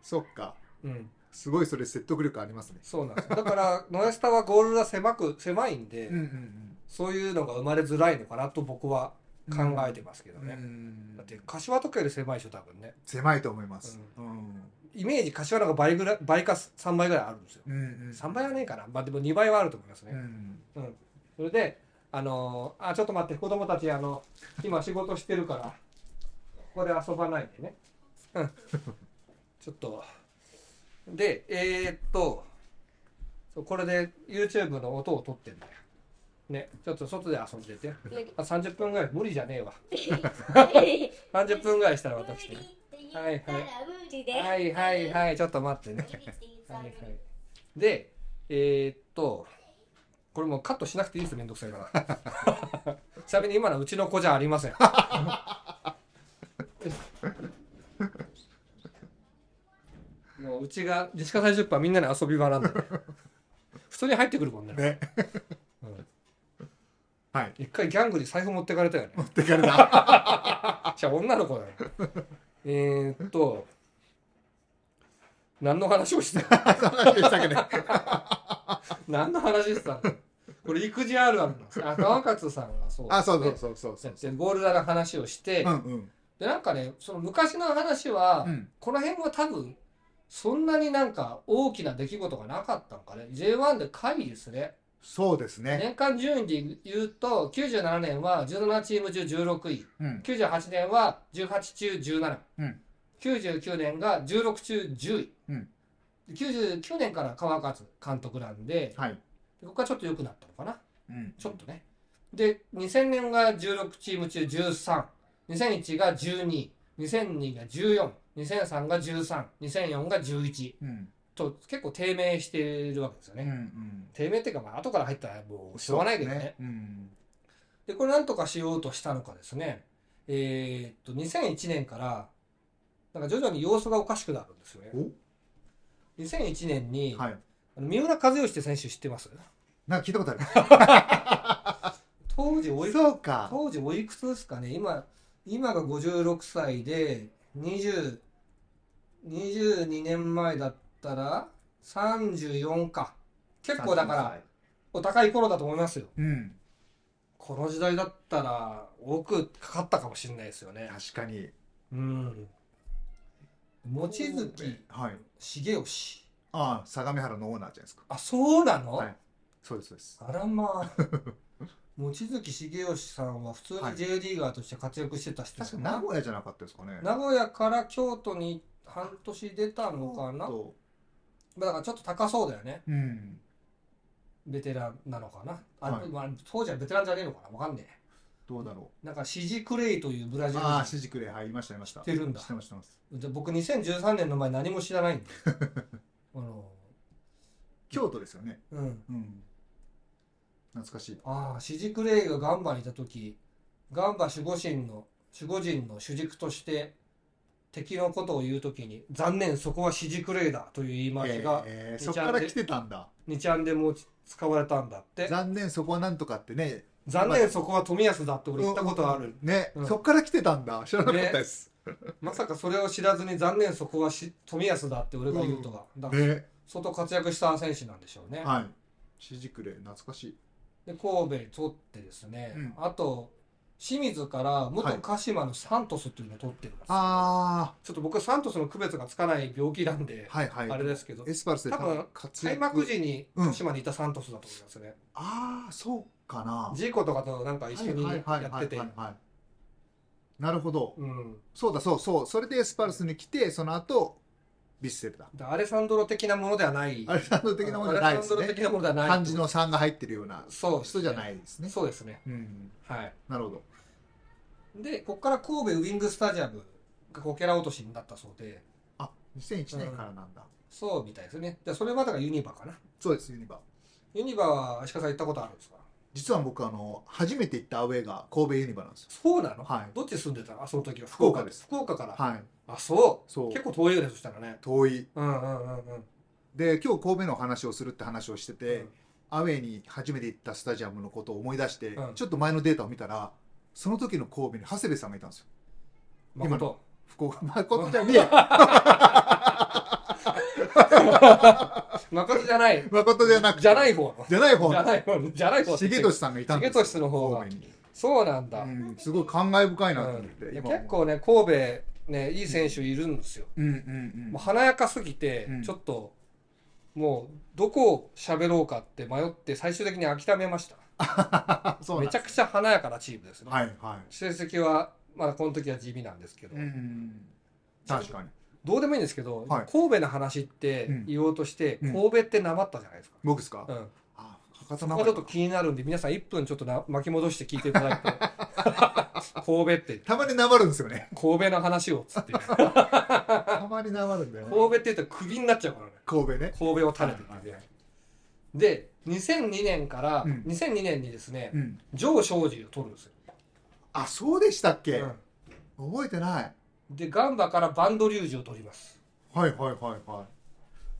そっかうん、すごいそれ説得力ありますねそうなんですよだからノエスタはゴールラ狭く狭いんで、うんうんそういうのが生まれづらいのかなと僕はうん考えてますけどね、うんだって柏とかより狭いでしょ多分ね狭いと思います、うんイメージ柏の方が倍ぐらい倍か3倍ぐらいあるんですようんうん、 3倍はねえかなまあでも2倍はあると思いますね、うんそれで、あのーあ、ちょっと待って、子供たち、あの、今仕事してるから、ここで遊ばないでね。うん。 [laughs] ちょっと。で、えーっと、そうこれで YouTube の音を取ってんだよ。ね、ちょっと外で遊んでて。あ30分ぐらい、無理じゃねえわ。30分ぐらいしたらムー私リーねって言ったらムーリーではいはいはい、ちょっと待ってね。はいはい。で、えーっと、これもうカットしなくていいです、めんどくさいから。 [laughs] ちなみに今のうちの子じゃありません。 [laughs] もううちが自家最10みんなに遊び場なんで、ね、普通に入ってくるもんね。ねうんはい一回ギャングに財布持ってかれたよね。持ってかれた [laughs] じゃあ女の子だよ。えーっと、何の話をしてた話でしたっけね何の話したのこれ育児あるあるなんですよあ川勝さんがそうあそうそうそうそうそうでゴール裏の話をして、うんうんでなんかねその昔の話は、うんこの辺は多分そんなになんか大きな出来事がなかったのかね J1 で下位ですねそうですね年間順位で言うと97年は17チーム中16位うん98年は18中17、うん99年が16中10位、うん99年から川勝監督なんではいここがちょっと良くなったのかなうんちょっとね。で、2000年が16チーム中13、2001が12、2002が14、2003が13、2004が11うんと結構低迷しているわけですようね。んうん低迷っていうか、まあ後から入ったらもうしょうがないけどね。そうですうんで、これなんとかしようとしたのかですね、えーっと、2001年から、なんか徐々に様子がおかしくなるんですよね。2001年に、はいあの三浦和義って選手知ってますなんか聞いたことある当時おいくつそうか当時おいくつですかね今今が56歳で20 22年前だったら34か結構だからお高い頃だと思いますようんこの時代だったら多くかかったかもしれないですよね確かにうん望月はい重義ああ相模原のオーナーじゃないですかあそうなの、はいそうですそうですあらま [laughs] あ望月重義さんは普通にはい J リーガーとして活躍してた人だ確かよ名古屋じゃなかったですかね名古屋から京都に半年出たのかなとだからちょっと高そうだよねうんベテランなのかなあ、はいまあ、当時はベテランじゃねえのかなわかんねどうだろえなんかシジクレイというブうラジルああ人シジクレイはいいましたいました知ってるんだ知ってます知ってますで僕2013年の前何も知らないんで [laughs] あの京都ですよねうんうん懐かしいああシジクレイがガンバにいた時ガンバ守護神の守護神の主軸として敵のことを言う時に「残念そこはシジクレイだ」という言い回しがえー二そっちゃんからで来てたんだ2ちゃんでもう使われたんだって残念そこはなんとかってね残念そこは富安だって俺言ったことあるね、うんそっから来てたんだ知らなかったですまさかそれを知らずに残念そこはし富安だって俺が言うとはだからね相当活躍した選手なんでしょうねはいシジクレ懐かしいで神戸に取ってですねうんあと清水から元鹿島のサントスっていうのを取ってるんですよあちょっと僕はサントスの区別がつかない病気なんであはいはいあれですけどエスパルスで多分活開躍幕時に鹿島にいたサントスだと思いますねああそうかなジーコとかとなんか一緒にはやいはいはいっはいててはいはいなるほどうんそうだそうそうそれでエスパルスに来てその後ヴィッセルだだアレサンドロ的なものではないアレサンドロ的なものじゃないですアレサンドロね的なものではない漢字の3が入ってるようなそうですね人じゃないですねそうですねうんはいなるほどでここから神戸ウィングスタジアムがこけら落としになったそうであ2001年からなんだそうみたいですねでそれまでがユニバかなそうですユニバユニバは石川さん行ったことあるんですか実は僕あの初めて行ったアウェーが神戸ユニバなんですよそうなの、はいどっち住んでたのその時は福岡です福岡から、はいあそうそう結構遠いよねそしたらね遠いうんうんうんうんで今日神戸の話をするって話をしてて、うんアウェーに初めて行ったスタジアムのことを思い出して、うんちょっと前のデータを見たらその時の神戸に長谷部さんがいたんですよ今の誠福 [laughs] 岡誠じゃねえ誠じゃない誠じゃなくてじゃない方じゃない方じゃない方じゃない方重俊さんがいたんです重俊の方が神戸に、そうなんだ、うん、すごい感慨深いなと思っうて、んいや今結構ね神戸ねいい選手いるんですよ、うんうんうんもう華やかすぎて、うんちょっともうどこを喋ろうかって迷って最終的に諦めましたあそうなんめちゃくちゃ華やかなチームですね、はいは成績はまだこの時は地味なんですけい、ど、うんうん、確かにどうでもいいんですけど、はい神戸の話ってうん言おうとして、うん神戸ってなまったじゃないですか、僕ですか、うん、あ博多こ名こ前ちょっと気になるんで皆さん1分ちょっとな巻き戻して聞いていただいて [laughs] 神戸ってたまになまるんですよね神戸の話をっ [laughs] つって神たまになまるんだよね戸って言ったらクビになっちゃうからね神戸ね神戸を垂れてはいて、で2002年から、うん2002年にですね、うん上昇寺を取るんですよ、あそうでしたっけ、うん覚えてないでガンバからバンドリュージを取りますはいはいはいはい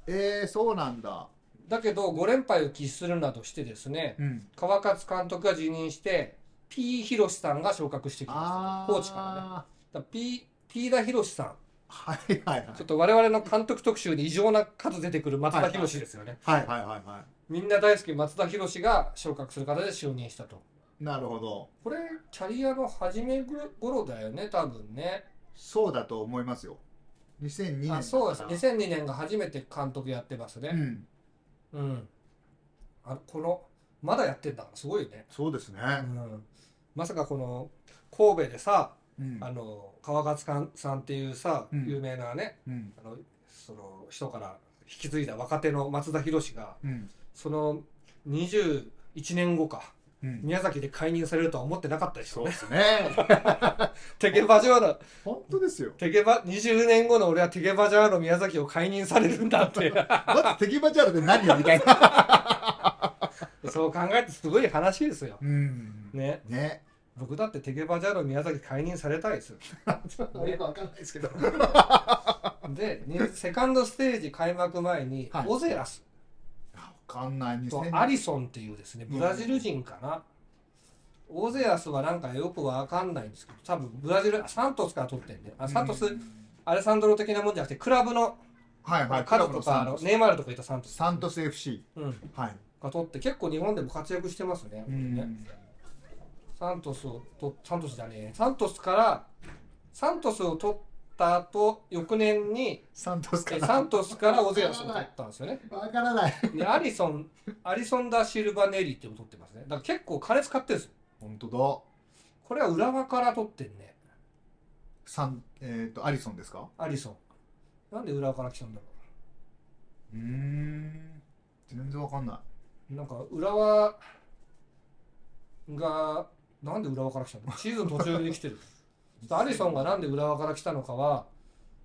えー、そうなんだだけど5連敗を喫するなどしてですねうん川勝監督が辞任して P 広さんが昇格してきあましたーコーチからねだから P, P 田広さんはいはいはいちょっと我々の監督特集に異常な数出てくる松田博ですよね、はいはいはいはみんな大好き松田博が昇格する形で就任したといなるほどこれキャリアの初め頃だよね多分ねそうだと思いますよ2002年だからあそうです2002年が初めて監督やってますうねんうん、あこのまだやってんだすごいね、そうですねうん、まさかこの神戸でさ、うんあの川勝さんっていうさ、うん有名なねうんあのその人から引き継いだ若手の松田博がうんその21年後かうん宮崎で解任されるとは思ってなかったでしそょううでね。すねテケバジョアの本当ですよテケバ20年後の俺はテケバジョアの宮崎を解任されるんだ [laughs] ってまず敵バジャールで何よみたいなそう考えてすごい話ですよ。うんねね僕だってテケバジャーロ宮崎解任されたいですよよくわかんないですけどでにセカンドステージ開幕前に、はいオゼラスわかんないと2000アリソンっていうですねブラジル人かな、オゼラスはなんかよくわかんないんですけど多分ブラジルあサントスから取ってんであサントス、うんアレサンドロ的なもんじゃなくてクラブのはいはいカドとかあのネイマールとかいたサントス、サントス FC うん、はいが取って結構日本でも活躍してますね,、うんサントスをとサントスじゃねえサントスからサントスを取った後翌年にサントスかえなサントスからオゼラスを取ったんですよね。わからない。で、アリソン、アリソン・ダ・シルバネリっていうのを取ってますね。だから結構金使ってるんですよ。本当だ。これは浦和から取ってんね、サン、えっ、と、アリソンですか。アリソン。なんで浦和から来たんだろうーん。全然わかんなう。なんか浦和が、なんで浦和から来たのシーズン途中に来てる。ちょっとアリソンがなんで浦和から来たのかは、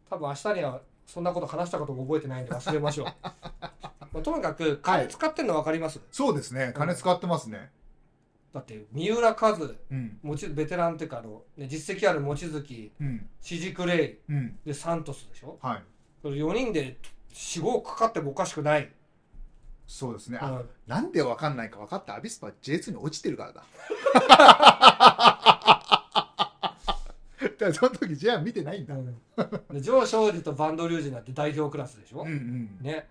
多分明日にはそんなこと話したことも覚えてないんで忘れましょう。まあ、とにかく金使ってんの分かります、そうですね。金使ってますね。だって三浦和うん。もちベテランっていうかあの、ね、実績ある望月うん。シジクレうん。イでサントスでしょはい。それ4人で45億かかってもおかしくないそうですね。うあ、んなんでわかんないか分かった。アビスパは J2 に落ちてるから [laughs] だ。だからその時 J1 見てないんだ。うんで上昇理とバンドリュージなんて代表クラスでしょ、うんうん。ね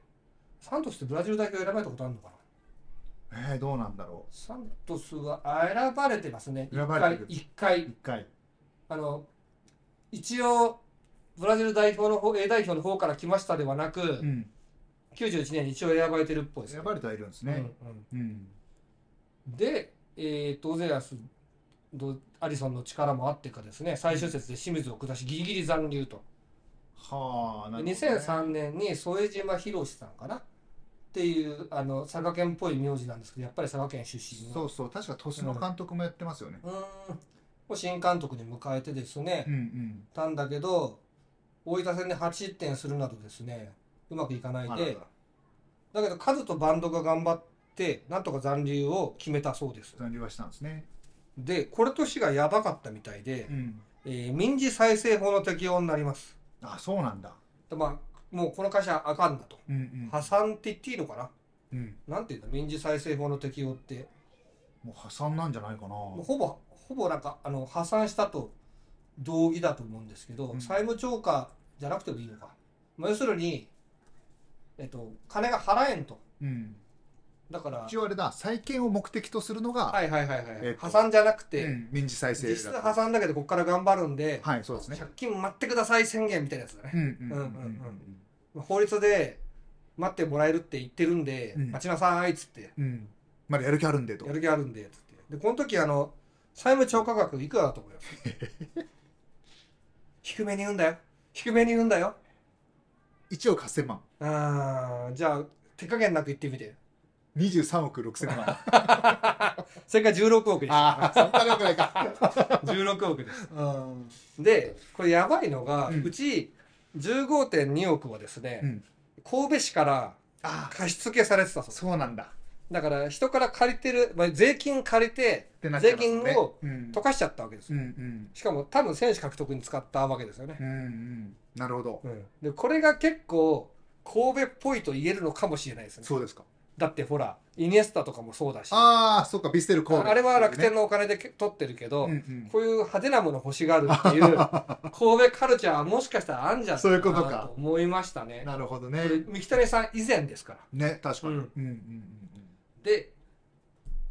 サントスってブラジル代表選ばれたことあるのかなえー、どうなんだろサントスはあ選ばれてますね選ばれてる一う。回一回。あの一応ブラジル代表の方 A 代表の方から来ましたではなく、うん。 91年に一応選ばれてるっぽいです選ばれてはいるんですね。うんうんうん。で、えー、とオゼアスとアリソンの力もあってかですね最終節で清水を下しギリギリ残留と、はあ、なでるほどね2003年に副島博さんかなっていうあの佐賀県っぽい名字なんですけどやっぱり佐賀県出身そのうそう。確か、年の監督もやってますよね。うーんを新監督に迎えてですね、うんうん。たんだけど大分戦で8失点するなどですねうまくいかないあらでらだけどカズとバンドが頑張ってなんとか残留を決めたそうです残留はしたんですね。でこれと市がやばかったみたいでう、ん。えー民事再生法の適用になりますあ、そうなんだ。でまあもうこの会社あかんなとうんうん。破産って言っていいのかうん。ななんていうんだ民事再生法の適用ってもう破産なんじゃないかな。もうほぼほぼなんかあの破産したと同義だと思うんですけど、うん債務超過じゃなくてもいいのか、まあ、要するに、えっと、金が払えんとうん。だから一応あれだ、再建を目的とするのが、はいはいはいはい、えっと破産じゃなくて、うん民事再生だ実質破産だけどここから頑張るんで、はい、そうですね。借金待ってください宣言みたいなやつだね、うんんうんうんんまあ法律で待ってもらえるって言ってるんで、うん待ちなさいっつってうん。うん。まだやる気あるんでとや。る気あるんでっつってでこの時あの債務超過額いくらだと思います [laughs] 低めに言うんだよ低めに言うんだよ1億8000万。あーじゃあ手加減なく言ってみて23億6000万。あそれから16億でした [laughs] あー、そんなに良くないか。 16億です [laughs] うん。でこれやばいのが、ううんち15.2億はですね、うん神戸市からああ、貸し付けされてたそうですそうなんだ。っだから人から借りてる、まあ、税金借りててなっちゃいますね税金をうん溶かしちゃったわけですうよ、んうん。しかも多分選手獲得に使ったわけですよねう、んうん。なるほど。うんでこれが結構神戸っぽいと言えるのかもしれないですねそうですか。だってほらイニエスタとかもそうだしああ、そうか、ビステル神戸。あれは楽天の。のお金でけ取ってるけど、うんうん。こういう派手なもの欲しが [laughs] るっていう神戸カルチャーはもしかしたらあんじゃないそういうことかなと思いましたね。なるほどこねれ。三木谷さん以前ですから。ね、確かに。ううんんうんうんうん。で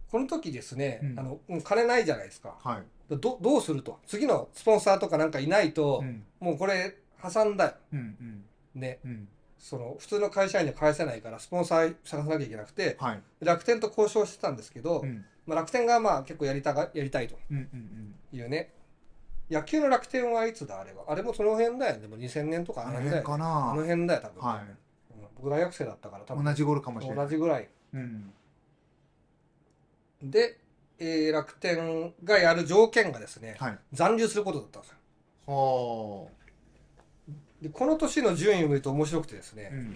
この時ですね、うんあのもう金ないじゃないですかはい。どどうすると次のスポンサーとかなんかいないとう、んもうこれ破産だようんうんねうん。その普通の会社員には返せないからスポンサー探さなきゃいけなくてはい。楽天と交渉してたんですけど、うんまあ、楽天がまあ結構やりたがやりたいとうんうんうん。いうね野球の楽天はいつだあれはあれもその辺だよねでも2000年とかああのの辺だ辺かよねな。あの辺だよ多分、はうん僕大学生だったから多い。分同じ頃かもしれな同い。じぐらいうん。で、えー楽天がやる条件がですね、はい。残留することだったんですよはでこの年の順位を見ると面白くてですあ。ね、うん。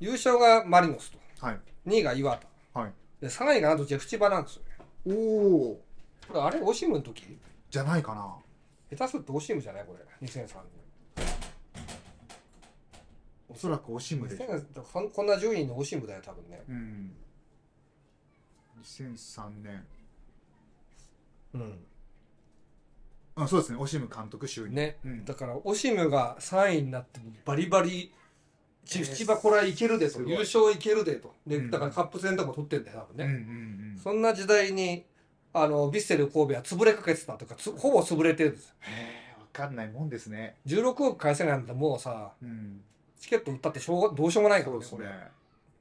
優勝がマリノスとはい。 2位が岩田はい。で3位がなんとジェフチバなんですよねおお。これあれオシムの時じゃないかな。下手するとオシムじゃないこれ2003年おそらくオシムでしょ。 2000こんこんな順位のオシムだよ多分ねうん。2003年。うんあ、そうですね。オシム監督就任。ね、うんだからオシムが3位になってバリバリジェフチバこれはいけるでと、すごい優勝いけるでとでうんだからカップ戦とかも取ってんだよ多分うね、んうんうん。そんな時代にあのヴィッセル神戸は潰れかけてたとかつほぼ潰れてるんですへえ、わかんないもんですね。よ16億返せないんだもうさうん。チケット売ったってしょうがどうしようもないかそうらでねすこれね。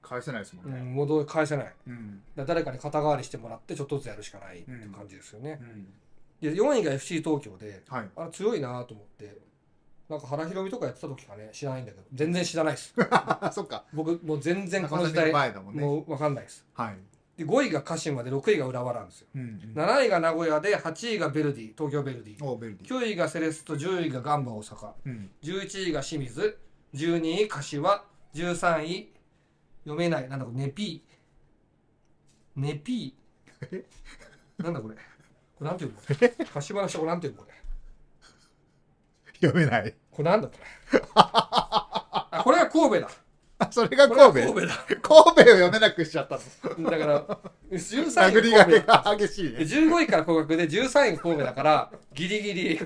返せないですもんうね。ん、もうどう返せないだかうん。ら誰かに肩代わりしてもらってちょっとずつやるしかないっていう感じですよねう、ん。で4位が FC 東京ではい。あれ強いなと思ってなんか原ひろみとかやってた時かね知らないんだけど全然知らないです [laughs] あ、そっ [laughs] か。僕もう全然この時中田代の前だもんね。もう分かんないですはい。で5位が鹿島で6位が浦和なんですようんうん。 7位が名古屋で8位がベルディ東京ベルディおベルディ。 9位がセレスト10位がガンバ大阪うん。 11位が清水12位柏13位読めないなんだこれネピーネピーなんだこれこれなんていうのこれ [laughs] 柏の人これなんていうのこれ読めない。 [laughs] [laughs] これなんだこれあこれは神戸だあそれがこれは神神戸 [laughs] 戸だ。神戸を読めなくしちゃったのだから、13位殴神り戸がけが激しいでね15位から降格で13位神戸だから、ギリギリ。で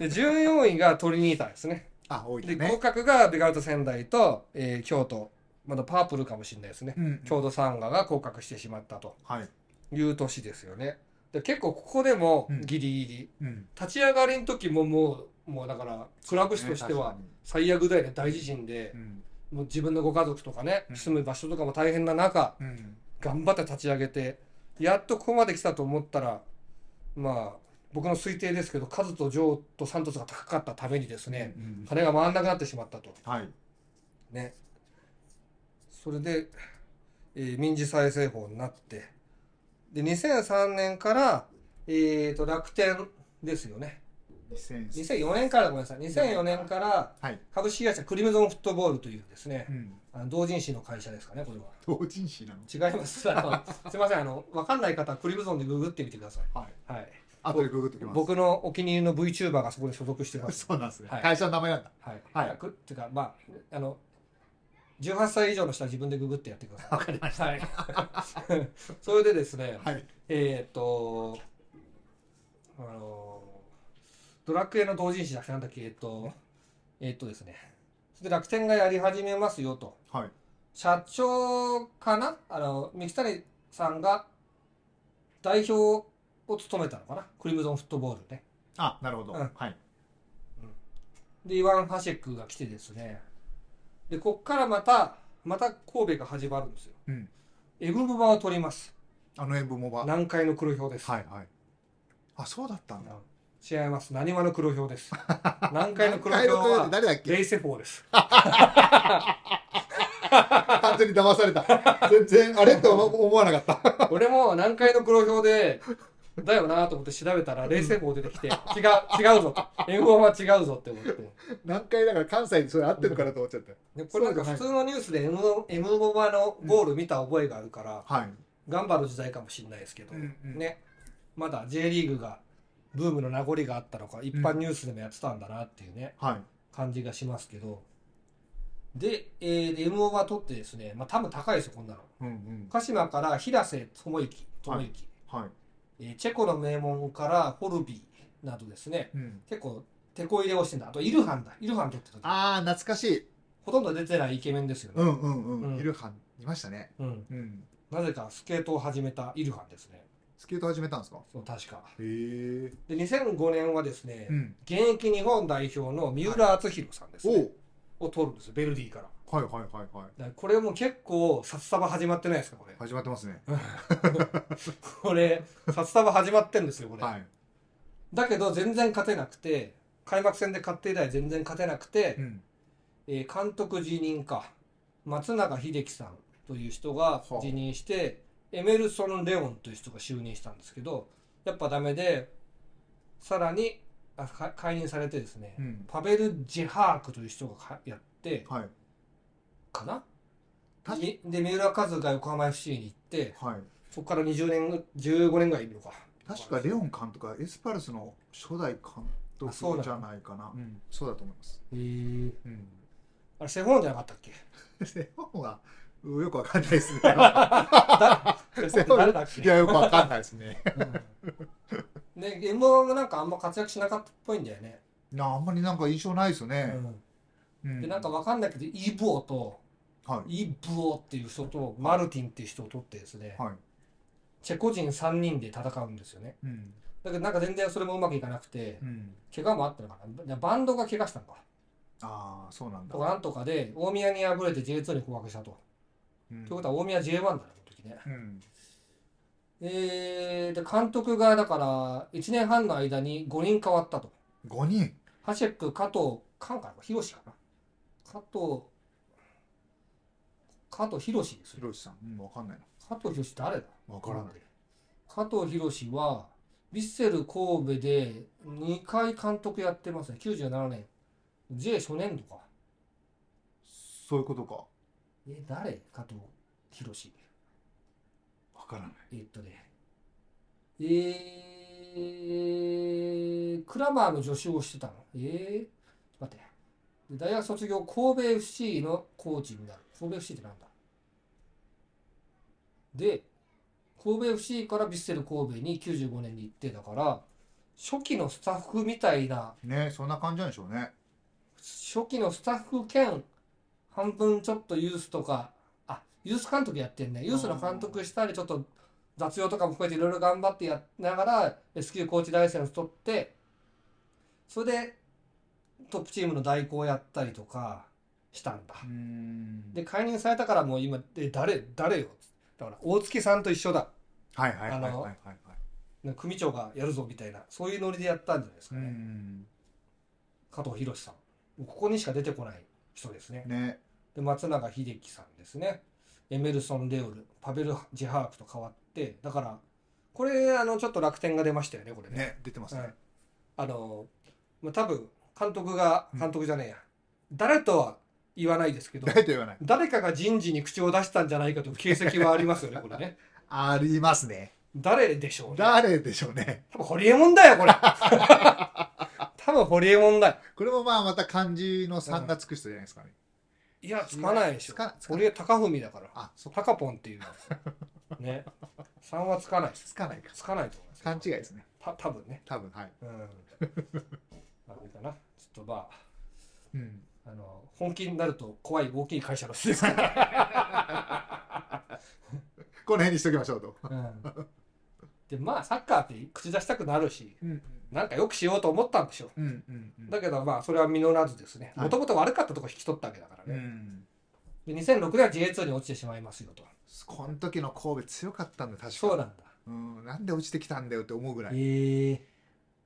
14位がトリニータですね。あ多いで、ね降格がベガルタ仙台と、えー京都。まだパープルかもしれないですね。うん京都サンガが降格してしまったとはい、いう年ですよね。で結構ここでもうんギリギリ。うん、立ち上がりの時ももう、もうだから、クラブ市としては最悪だよね、大地震で確か。にもう自分のご家族とかね、うん住む場所とかも大変な中、うん、うん、頑張って立ち上げて、やっとここまで来たと思ったら、まあ、僕の推定ですけど、カズとジョーとサントスが高かったためにですね、うん金が回らなくなってしまったと。はいね。それで、えー民事再生法になって、で、2003年から、えっ、と、楽天ですよね。 2000 2004年から、ごめんなさい。2004年から、はい、株式会社クリムゾンフットボールというですねう、ん、あの同人誌の会社ですかね、これは。同人誌なの違います。あのすいません、あの、わかんない方はクリムゾンでググってみてください。はいはい。後でググっときます僕のお気に入りの VTuber がそこに所属してま [laughs] す。そうなんですね、はい会社の名前なんだ [laughs] はい。はいくっていうか、まあ、あの、18歳以上の人は自分でググってやってください。わかりました。はい。 [laughs] それでですね、はいえーっと、あの、ドラクエの同人誌だっけなんだっけ、えーっと、えーっとですね、それで楽天がやり始めますよと。はい社長かなあの、三木谷さんが代表を務めたのかなクリムゾンフットボールね。あなるほど、うんはいで、イワン・ハシェックが来てですね。で、こっからまた、また神戸が始まるんですよ。うんエグムバを取ります。あの演舞もばはい南海の黒票です。はいあそうだったんだ違います。何話の黒 [laughs] 票です。南海の黒北海票道っては、誰だっけレイセフォーです。完全に騙され [laughs] た。全然、あれと思わなかった。 [laughs] 俺も南海の黒票で、だよなと思って調べたら、レイセフォー出てきて、違う、違うぞと。エグムバは違うぞって思って。何回だから関西にそれ合ってるからと思っちゃった。でこれなんか普通のニュースで M, M ボバのゴール見た覚えがあるから、はい。ガンバの時代かもしれないですけど、うんうんねまだ J リーグがブームの名残があったのか一般ニュースでもやってたんだなっていうね、はい。感じがしますけどで,、えー、で M ボバ取ってですね、まあ、多分高いですよこんなのうんうん。鹿島から平瀬智之智之、はい。えーチェコの名門からホルビーなどですねうん、結構手こ入れをしてんだあとイルハンだイルハン取ってた時ああ、懐かしい。ほとんど出てないイケメンですようね、んうんうん。うんイルハン、いましたね。うん、うん。なぜかスケートを始めたイルハンですね。スケート始めたんですかそう、確か。へえ。で、2005年はですね、うん。現役日本代表の三浦篤弘さんです、おねうを取るんですよ、ベルディから。だかはいはいはいはい。らこれも結構、札束始まってないですか、これ。始まってますね。 [laughs] これ、札束始まってんですよ、これ。はい。だけど、全然勝てなくて、開幕戦で勝って以来全然勝てなくて、うん。えー監督辞任か、松永秀樹さんという人がはあ辞任して、エメルソン・レオンという人が就任したんですけど、やっぱダメで、さらにあか解任されてですね、うん。パベル・ジェハークという人がかやって、はい。かな確にで、三浦和が横浜 FC に行って、はい。そこから20年、15年ぐらいいるのか。確かレオン監督はエスパルスの初代監あそう督だじゃないかな。うん。そうだと思います。へーうん。あれ、セフォンじゃなかったっ [laughs] けレオンは、うんよくわかんない [laughs] ですね。だセフォンって誰だっけいや、よくわかんないですね。うんで、m 1がなんかあんま活躍しなかったっぽいんだよね。なあんまりなんか印象ないですよね。ううんで、なんかわかんないけど、イボーと、はい。イブオっていう人と、マルティンっていう人を取ってですね、はい。チェコ人3人で戦うんですよね。うん。だけどなんか全然それもうまくいかなくてう、ん。怪我もあったのかな。バンドが怪我したのか。ああ、そうなんだと。かなんとかで、大宮に敗れて J2 に降格したと。うんということは大宮 J1 だな、この時ね。うん。えーで、監督がだから、1年半の間に5人変わったと。 5人。ハシェック、加藤、カンかな広志かな加藤、加藤広志ですひよ。ろしさん。うん、わかんない加藤広志誰だな。わからない。加藤博士はヴィッセル神戸で2回監督やってますね97年 J 初年度かそういうことか。え誰加藤博士わからない。えっとねえー、クラマーの助手をしてたのえー、ちょっと待ってで大学卒業、神戸 FC のコーチになる。神戸 FC ってなんだで、神戸 FC からヴィッセル神戸に95年に行ってだから、初期のスタッフみたいな、ねそんな感じなんでしょうね初期のスタッフ兼、半分ちょっとユースとか、あ、ユース監督やってんね。ユースの監督したり、ちょっと雑用とかも含めていろいろ頑張ってやりながら、S 級コーチライセンス取って、それでトップチームの代行やったりとかしたんだ。うんで、解任されたからもう今、え、誰、誰よ。だから、大月さんと一緒だ。はいはいはいはいあのはいはい組長がやるぞみたいな、そういうノリでやったんじゃないですうかね。ん加藤博さん。ここにしか出てこない人ですね。ねで、松永秀樹さんですね。エメルソン・レオル、パベル・ジェハークと変わって、だから、これ、あの、ちょっと楽天が出ましたよね、これね。ね出てますはねい、あの、まあ、多分、監督が、監督じゃねえや。誰とは言わないです [laughs] けど、誰と言わない誰かが人事に口を出したんじゃないかという形跡はありますよね、これね。ありますね誰でしょうね。誰でしょうね多分、ホリエモンだよ、これ。多分、ホリエモンだよ。これもまあまた漢字の3がつく人じゃないですかねいや、つかないでしょつ。かつかホリエ、高文だから。あそっかタカポンっていうのは。 [laughs] ね。3はつかないです。つかないかつかないと思います。勘違いですねた多分ね。多分はいうん。なんでかな。ちょっとまうんあ、あの、本気になると怖い大きい会社の人です [laughs] から。この辺にしときましょうとうん。で、まあ、サッカーって口出したくなるし、うんなんかよくしようと思ったんでしょう。うんうんうんだけどまあ、それは実らずですね。はいもともと悪かったとこ引き取ったわけだからうね。んで2006年は J2 に落ちてしまいますよと。この時の神戸強かったんだ確かそうなんだ。うん、なんで落ちてきたんだよって思うぐらい、ええ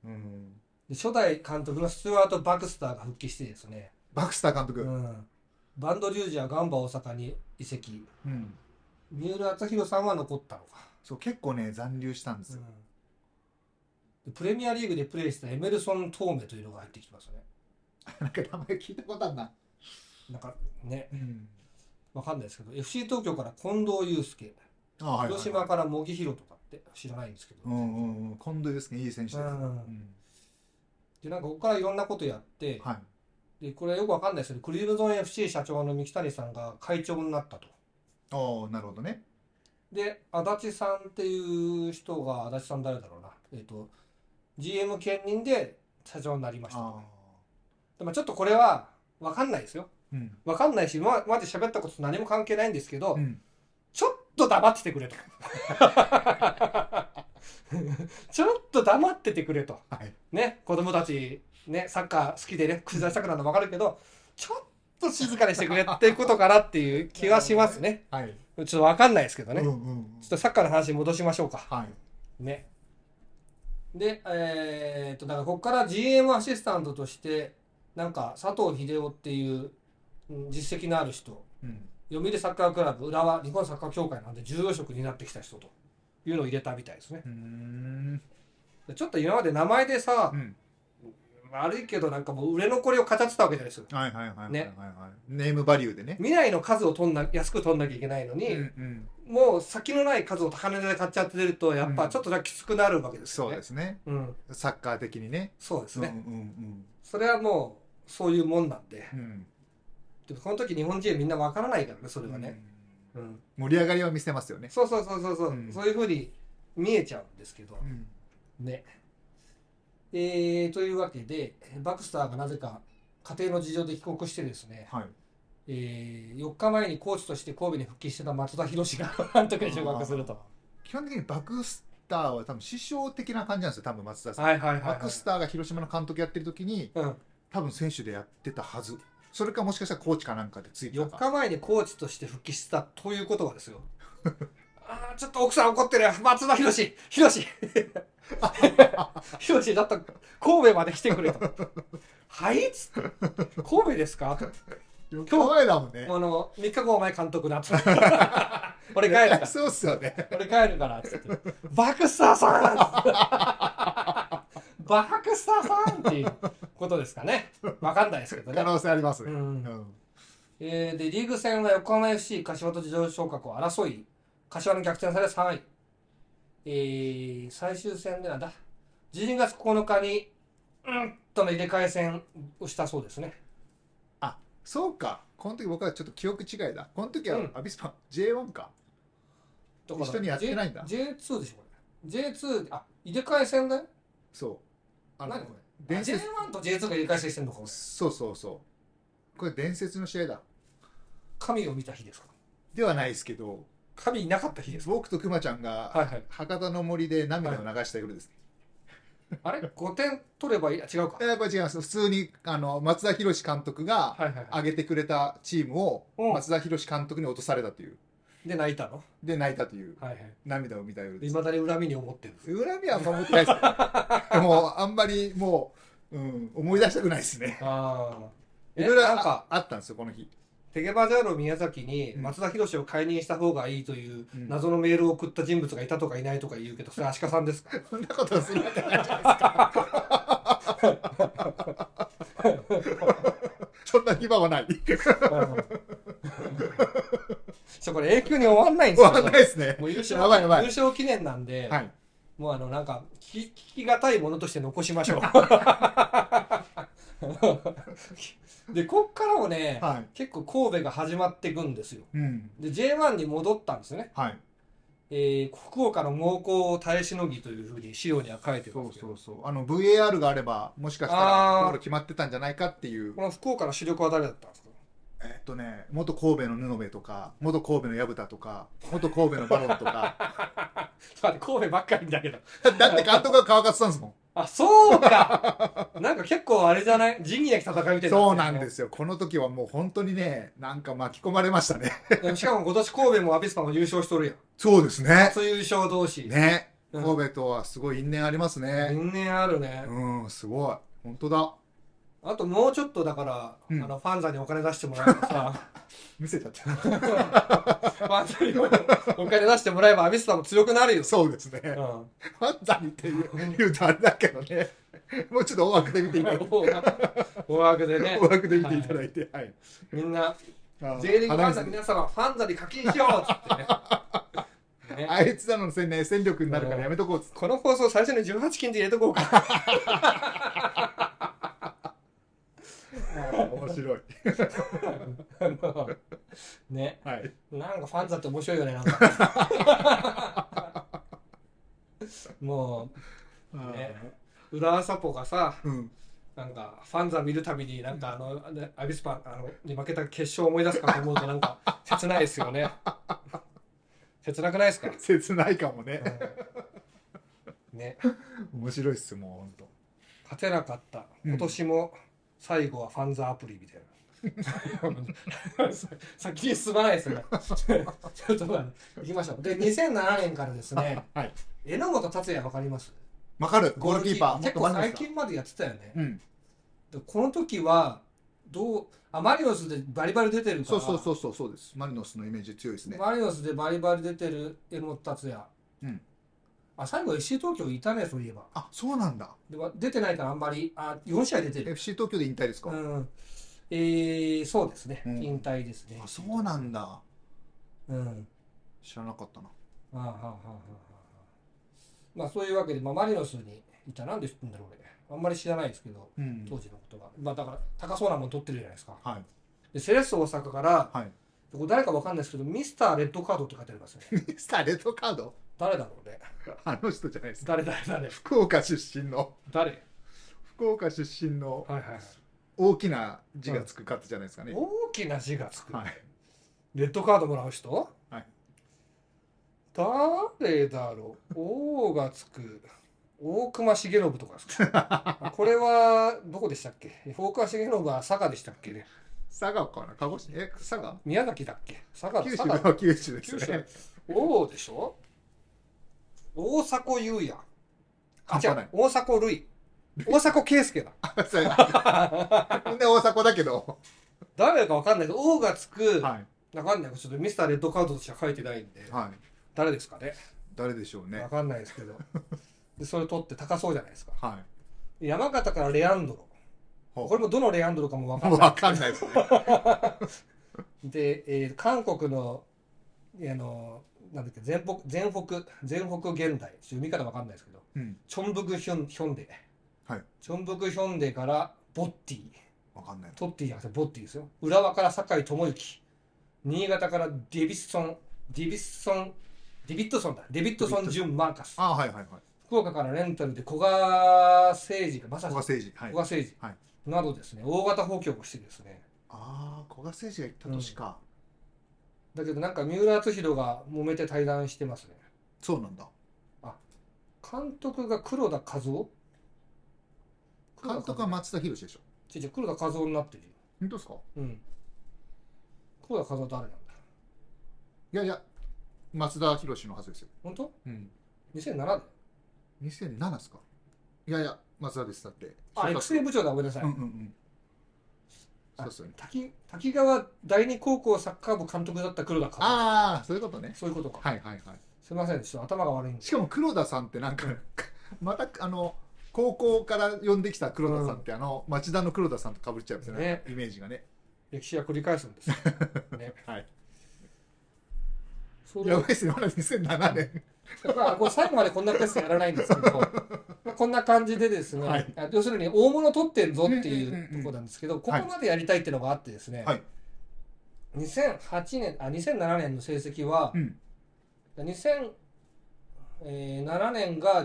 うん、で初代監督のスチュワート・バクスターが復帰してですね、バクスター監督、ううんん、バンドリュージはガンバ大阪に移籍三浦篤弘さんは残ったのか、そう結構ね残留したんですうんよ、でプレミアリーグでプレーしたエメルソン・トーメというのが入ってきてますねなんか名前聞いたことあるな、なんかねうん、わかんないですけど FC 東京から近藤祐介あはいはい広島から茂木宏とかって知らないんですけど、うんうんうん近藤ですねいい選手です、うんうんでなんかここからいろんなことやって、はいでこれはよくわかんないですけどクリムゾン FC 社長の三木谷さんが会長になったとああなるほどねで、足立さんっていう人が、足立さん誰だろうな。えっ、と、GM 兼任で社長になりました。あでもちょっとこれは、わかんないですよ。あうん、わかんないし、今まで喋ったことと何も関係ないんですけど、うん、ちょっと黙っててくれと。 [laughs] ちょっと黙っててくれと。はいね、子供たち、ね、サッカー好きでね、口出したくなるのわかるけど、ちょっと静かにしてくれっていうことかなっていう気はしますね。はい、ちょっとわかんないですけどうんね。うちょんうんっとサッカーの話に戻しましょうか。はいね。で、えーっと、だからここから GM アシスタントとして、なんか佐藤秀夫っていううん実績のある人、うん読売サッカークラブ、浦和、日本サッカー協会なんで重要職になってきた人というのを入れたみたいですね。うーんでちょっと今まで名前でさう、ん悪いけどなんかもう売れ残りを語ってたわけじゃないですか。はいはいはいはいはい、ねはい、ネームバリューでね未来の数を取んな、安く取んなきゃいけないのうんに、うんもう先のない数を高値で買っちゃってると、やっぱちょっとなんかきつくなるわけですそようねで。すねうん。サッカー的にねそうですね。うんうんそれはもう、そういうもんなんで。うんうんでもこの時日本人みんなわからないからねそれはね、ううんん盛り上がりを見せますよねそうそうそうそうそう、うんそういうふうに見えちゃうんですけど、うんねえーというわけでバクスターがなぜか家庭の事情で帰国してですね、はいえー、4日前にコーチとして神戸に復帰してた松田博が [laughs] 監督に昇格すると基本的にバクスターは多分師匠的な感じなんですよ多分松田さん、はいはいはい、はい、バクスターが広島の監督やってる時にうん、多分選手でやってたはずそれかもしかしたらコーチかなんかでついてた4か日前にコーチとして復帰してたということはですよ [laughs] ああちょっと奥さん怒ってる松田博志博志 [laughs] 博志だった神戸まで来てくれと「はい?」っつって「神戸ですか?」 4日前だもんねあの3日後お前監督だ」っつって [laughs] 「俺帰るから [laughs] そうっすよね俺帰るから」っつって「バクスターさん!」バクスターさんっていうことですかねわかんないですけど可ね、能性ありますうね、んうんえーでリーグ戦は横浜 FC 柏と自動昇格を争い柏に逆転され3位、えー最終戦でなんだ12月9日にうんとの入れ替え戦をしたそうですねそうかこの時僕はちょっと記憶違いだこの時はうんアビスパ J1 かだから一緒にやってないんだ J- J2 でしょこれ J2 あ入れ替え戦だよそうあの何これあ伝 J1 説と J2 が入れ替え戦してんのかこれそうそうそうこれ伝説の試合だ神を見た日ですかではないですけど神いなかった日です僕とクマちゃんがはいはい博多の森で涙を流した夜です、あれ5点取ればいいあ違うかやっぱり違います普通にあの松田博監督がはいはいは挙げてくれたチームをうん松田博監督に落とされたといういで泣いたので泣いたというはいはい涙を見た夜でです未だに恨みに思ってるんですよ恨みは守ってないです [laughs] けどもうあんまりもう、うん、思い出したくないですねああいえろいろなんかああったんですよこの日テゲバジャーロ宮崎にうん松田博を解任した方がいいといううん謎のメールを送った人物がいたとかいないとか言うけど、それアシカさんです [laughs] かそんなことはするわけないじゃないですかそんな暇はないちょ、これ永久に終わんないんですよ。わかんないですねもう優勝やばいやばい優勝記念なんで、はいもうあの、なんか、聞き聞きがたいものとして残しましょう。 [laughs] で、こっからもね、はい結構神戸が始まっていくんですよ。うんで、J1 に戻ったんですよね。はいえー福岡の猛攻を耐えしのぎというふうに資料には書いてるそんでうすけどそうそうあの VAR があればもしかしたあらーゴール決まってたんじゃないかっていうこの福岡の主力は誰だったんですかえっとね元神戸の布部とか元神戸の薮田とか元神戸のバロンとか [laughs] だって神戸ばっかりだけど。だって監督が川勝さんですもんあ、そうかなんか結構あれじゃない仁義なき戦いみたいになってるね、そうなんですよこの時はもう本当にねなんか巻き込まれましたねでもしかも今年神戸もアビスパも優勝しとるやん。そうですね初優勝同士。ねうん神戸とはすごい因縁ありますね因縁あるね。うんすごい本当だあともうちょっとだから、うんあの、ファンザにお金出してもらえばさ、見せちゃった [laughs] ファンザにお金出してもらえばアビスパも強くなるよ。そうですねうん。も漫才っていう言うとあれだけどね [laughs] もうちょっと大枠で見ていただいてう、大枠でね大、枠で見ていただいてはいみんな、あ J リーグファンザ花水皆様、ファンザに課金しようっつってねね。あいつらの宣伝戦力になるからやめとこうっつってこの放送最初に18禁で入れとこうか。面白い [laughs] ね。はいなんかファンザって面白いよね、なんか。 [laughs] もねう、浦和サポがさ、うんなんか、ファンザ見るたびに、なんかあの、アビスパあのに負けた決勝を思い出すかと思うと、なんか、切ないですよね。切なくないです [laughs] か、切ないかもねうんね、面白いっすよもう勝てなかった。今年も最後はファンザアプリみたいな。 [laughs] 先に進まないですね。 [laughs] ちょっとまあ行きましょう。で、2007年からです本当ね、はい榎本達也わかりますわかるゴールキーパーもっ結と構真ん中最近までやってたよね。うんでこの時は、どう、あ、マリノスでバリバリ出てるかそら、うそうそうそうそうですマリノスのイメージ強いですねマリノスでバリバリ出てる榎本達也。うんあ、最後 FC 東京いたね、そういえば。あそうなんだでわ出てないからあんまり、あ、4試合出てる。 FC 東京で引退ですかうん。えー、そうですね。うん引退ですね。あそうなんだうん。知らなかったなああはあはあはあはあまあそういうわけで、まあ、マリノスにいたなんで知ってんだろう俺あんまり知らないですけどうん当時のことがまあだから高そうなもん取ってるじゃないですかはいでセレッソ大阪からはい [laughs] これ誰かわかんないですけどミスターレッドカードって書いてありますねミスターレッドカード誰だろうねあの人じゃないですか誰誰誰福岡出身の誰福岡出身のはいはいはい大きな字がつく方じゃないですかね、大きな字がつく、はいレッドカードもらう人はい誰だろう王がつく大隈重信とかです [laughs] かこれはどこでしたっけ大隈重信は佐賀でしたっけね佐賀かな鹿児島え佐賀宮崎だっけ佐賀九州佐賀は [laughs] 九州です九よ州ね王でしょ大迫勇也あ関違係なうい大迫塁大迫圭介だ [laughs] それみんな大阪だけ [laughs] ど誰かわかんないけど王がつく、わはかんないちょっとミスターレッドカードとしては書いてないんでいはい誰ですかね誰でしょうねわかんないですけど。で、それ取って高そうじゃないですか。はい山形からレアンドロ。ほうこれもどのレアンドロかもわかんもうない。分かんないですねで、えー韓国の、あの、なんだっけ、全北、全北、全北現代。ちょっと読み方わかんないですけど。うんチョンブクヒョン、ヒョンデ。はい。チョンブクヒョンデから、ボッティ。わかんないなトッティじゃなくてボッティですよ浦和から酒井智之新潟からデビッソンデビッソンデビッドソンだデビッドソン・ジュン・マーカスあはいはいはい福岡からレンタルで古賀誠二がまさ古に賀古誠治はい賀誠二はいなどですね大型補強をしてですねああ古賀誠治が行った年か、だけどなんか三浦篤弘が揉めて対談してますねそうなんだ監督が黒田和夫監督は松田博でしょちょちょ黒田和夫になってるよ本当ですかうん黒田和夫誰なんだいやいや松田博のはずですよ本当うん2007だよ2007ですかいやいや松田ですだってあそうだ XA 部長だごめんなさい、うんうんうんそあうっすよね滝滝川第二高校サッカー部監督だった黒田和夫ああそういうことねそういうことかはいはいはいすみませんちょっと頭が悪いんですしかも黒田さんってなんか [laughs] またあの高校から呼んできた黒田さんって、あの町田の黒田さんとかぶっちゃうんですよねねイメージがね歴史は繰り返す [laughs] んですねはいそれやばいですねまだ2007年まあ、これ最後までこんなペースでやらないんですけど、 [laughs] まあこんな感じでですね、はいあ要するに大物取ってんぞっていんうんうんううんところなんですけど、ここまでやりたいっていうのがあってですね、はい2008年、あ、2007年の成績はう、ん2007年が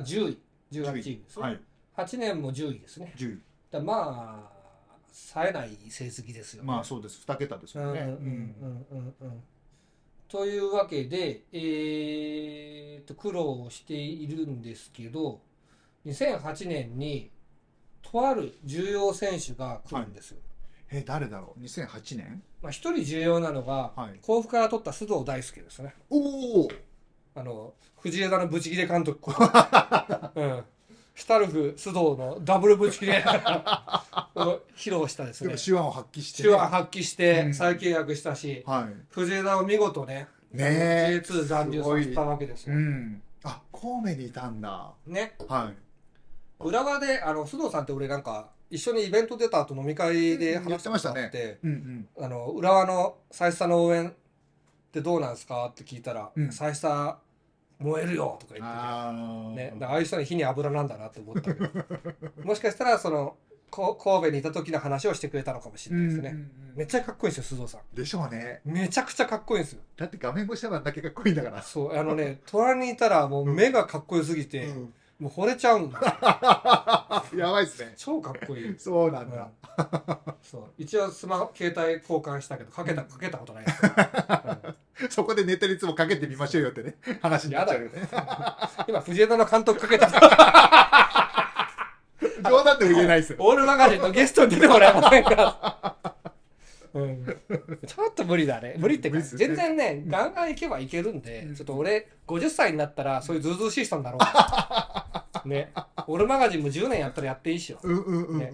10位、18チームですね。はい8年も10位ですね。 10だからまあ、冴えない成績ですよね。まあそうです2桁ですもんねうんうんうんうんうんうんというわけで、えーっと苦労をしているんですけど2008年にとある重要選手が来るんですよ。え誰だろう2008年まあ、一人重要なのが、はい甲府から取った須藤大輔ですね。おおあの藤枝のブチ切れ [laughs] 監督、うん、シュタルフ須藤のダブルブチ切れを披露したですでもね。手腕を発揮して手ね、腕発揮してうん再契約したし、は藤枝を見事ね、いねえ J2 残留させたわけですうよ。んあ神戸にいたんだね、は浦和であの須藤さんって俺なんか一緒にイベント出た後飲み会で話したことがあ言っ、っていうんうんあの浦和の最下の応援ってどうなんですかって聞いたら、うん最下燃えるよとか言っあーてて、ね、だからああいう人に火に油なんだなって思ったけど、 [laughs] もしかしたらそのこ神戸にいた時の話をしてくれたのかもしれないですね。うんうんうめっんちゃかっこいいんですよ須藤さん。でしょうねめちゃくちゃかっこいいんですよ。だって画面越しながらだけかっこいいんだからそうあのね虎にいたらもう目がかっこよすぎて、うん [laughs] もう惚れちゃうんだよやばいっすね。超かっこいいそうなんだ。 [laughs] そう一応スマホ携帯交換したけどかけたかけたことないですそこでネタにいつもかけてみましょうよってね、話になっちゃうよね。今藤枝の監督かけた [laughs] 人冗談でも言えないっすよ。オールマガジンのゲストに出てもらえませんか [laughs] うん、ちょっと無理だね無理ってか、無理っすね全然ねガンガンいけばいけるんで、うんちょっと俺50歳になったらそういうズうずうしい人なんだろうな [laughs] ねオールマガジンも10年やったらやっていいっしょうんうんうんうんね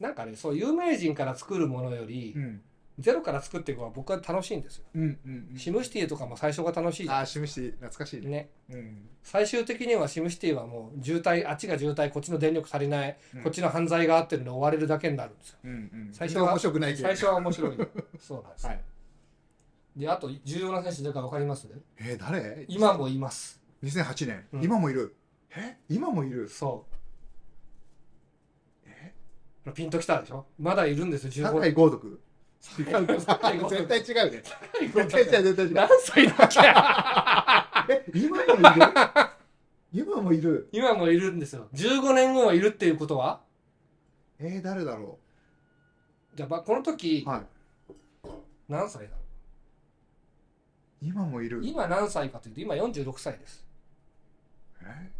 なんかねそう有名人から作るものより、うん。ゼロから作っていくのは僕は楽しいんですよ。うんうんうん。シムシティとかも最初が楽しいじゃああ、シムシティ、懐かしいんね。ね。うん。最終的にはシムシティはもう渋滞、あっちが渋滞、こっちの電力足りない、うんこっちの犯罪があってるの追われるだけになるんですよ。うんうん。最最初初はは面白くないけど。最初は面白い。そうなんです。はい。で、あと重要な選手誰か分かりますえー、誰今もいます。 ?2008 年う。ん今もいる。え今もいる。そう。ピンときたでしょまだいるんですよ、15高年。い豪徳。違う高い豪徳絶対違うね。高い豪絶徳対違う、絶対違う [laughs] 何。歳だっけ [laughs] え、今もいる今もいる。今もいるんですよ。15年後はいるっていうことはえー、誰だろじゃあ、まこの時う。、はい。何歳だろう今もいる。今何歳かというと今46歳ですえ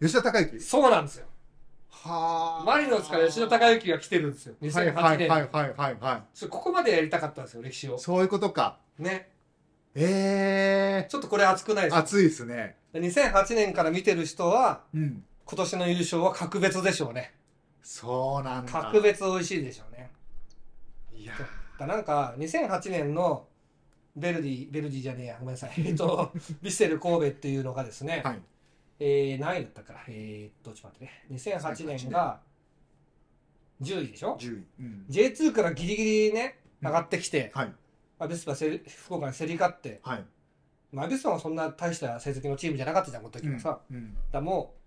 吉田孝之。そうなんですよはあ。マリノスから吉田孝之が来てるんですよ2008はい年、はいはいはいはいはそれここまでやりたかったんですよ歴史をい。そういうことか。ねえちょっとこれ熱くないでえすか熱いですね。 2008年から見てる人はうん。今年の優勝は格別でしょうねそうなんだ。格別美味しいでしょうねいや。だなんか2008年のベルディベルディじゃねえやごめん [laughs] なさいえっとヴィッセル神戸っていうのがですね、はい。えー、何位だったからえー、っとちょっと待ってね2008年が10位でしょ10位。うん。 J2 からギリギリね、上がってきて、はい。アビスパセリ福岡に競り勝って、はい。まあ、アビスパもそんな大した成績のチームじゃなかったじゃん、この時はさ。うん。うんだからもう、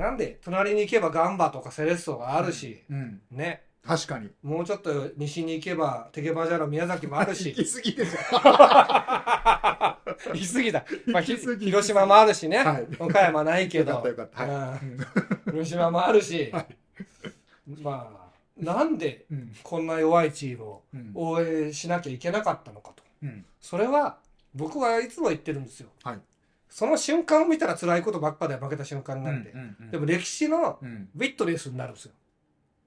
なんで、隣に行けばガンバとかセレッソがあるし、うん。ね、確かに。もうちょっと西に行けば、テケバジャロ宮崎もある [laughs] し、行き過ぎでし行き過ぎた。まあ、ひ行き過ぎ広島もあるしね、ょ。はい。岡山ないけよかどった、よかった。はい。うん広島もあるし、まあ、なんでうん。こんな弱いチームをうん。応援しなきゃいけなかったのかと。うん。それは、僕はいつも言ってるんですよ。はいその瞬間を見たら辛いことばっかで負けた瞬間うなんで。ん。うんでも歴史のうん。ウィットレスになるんですよ。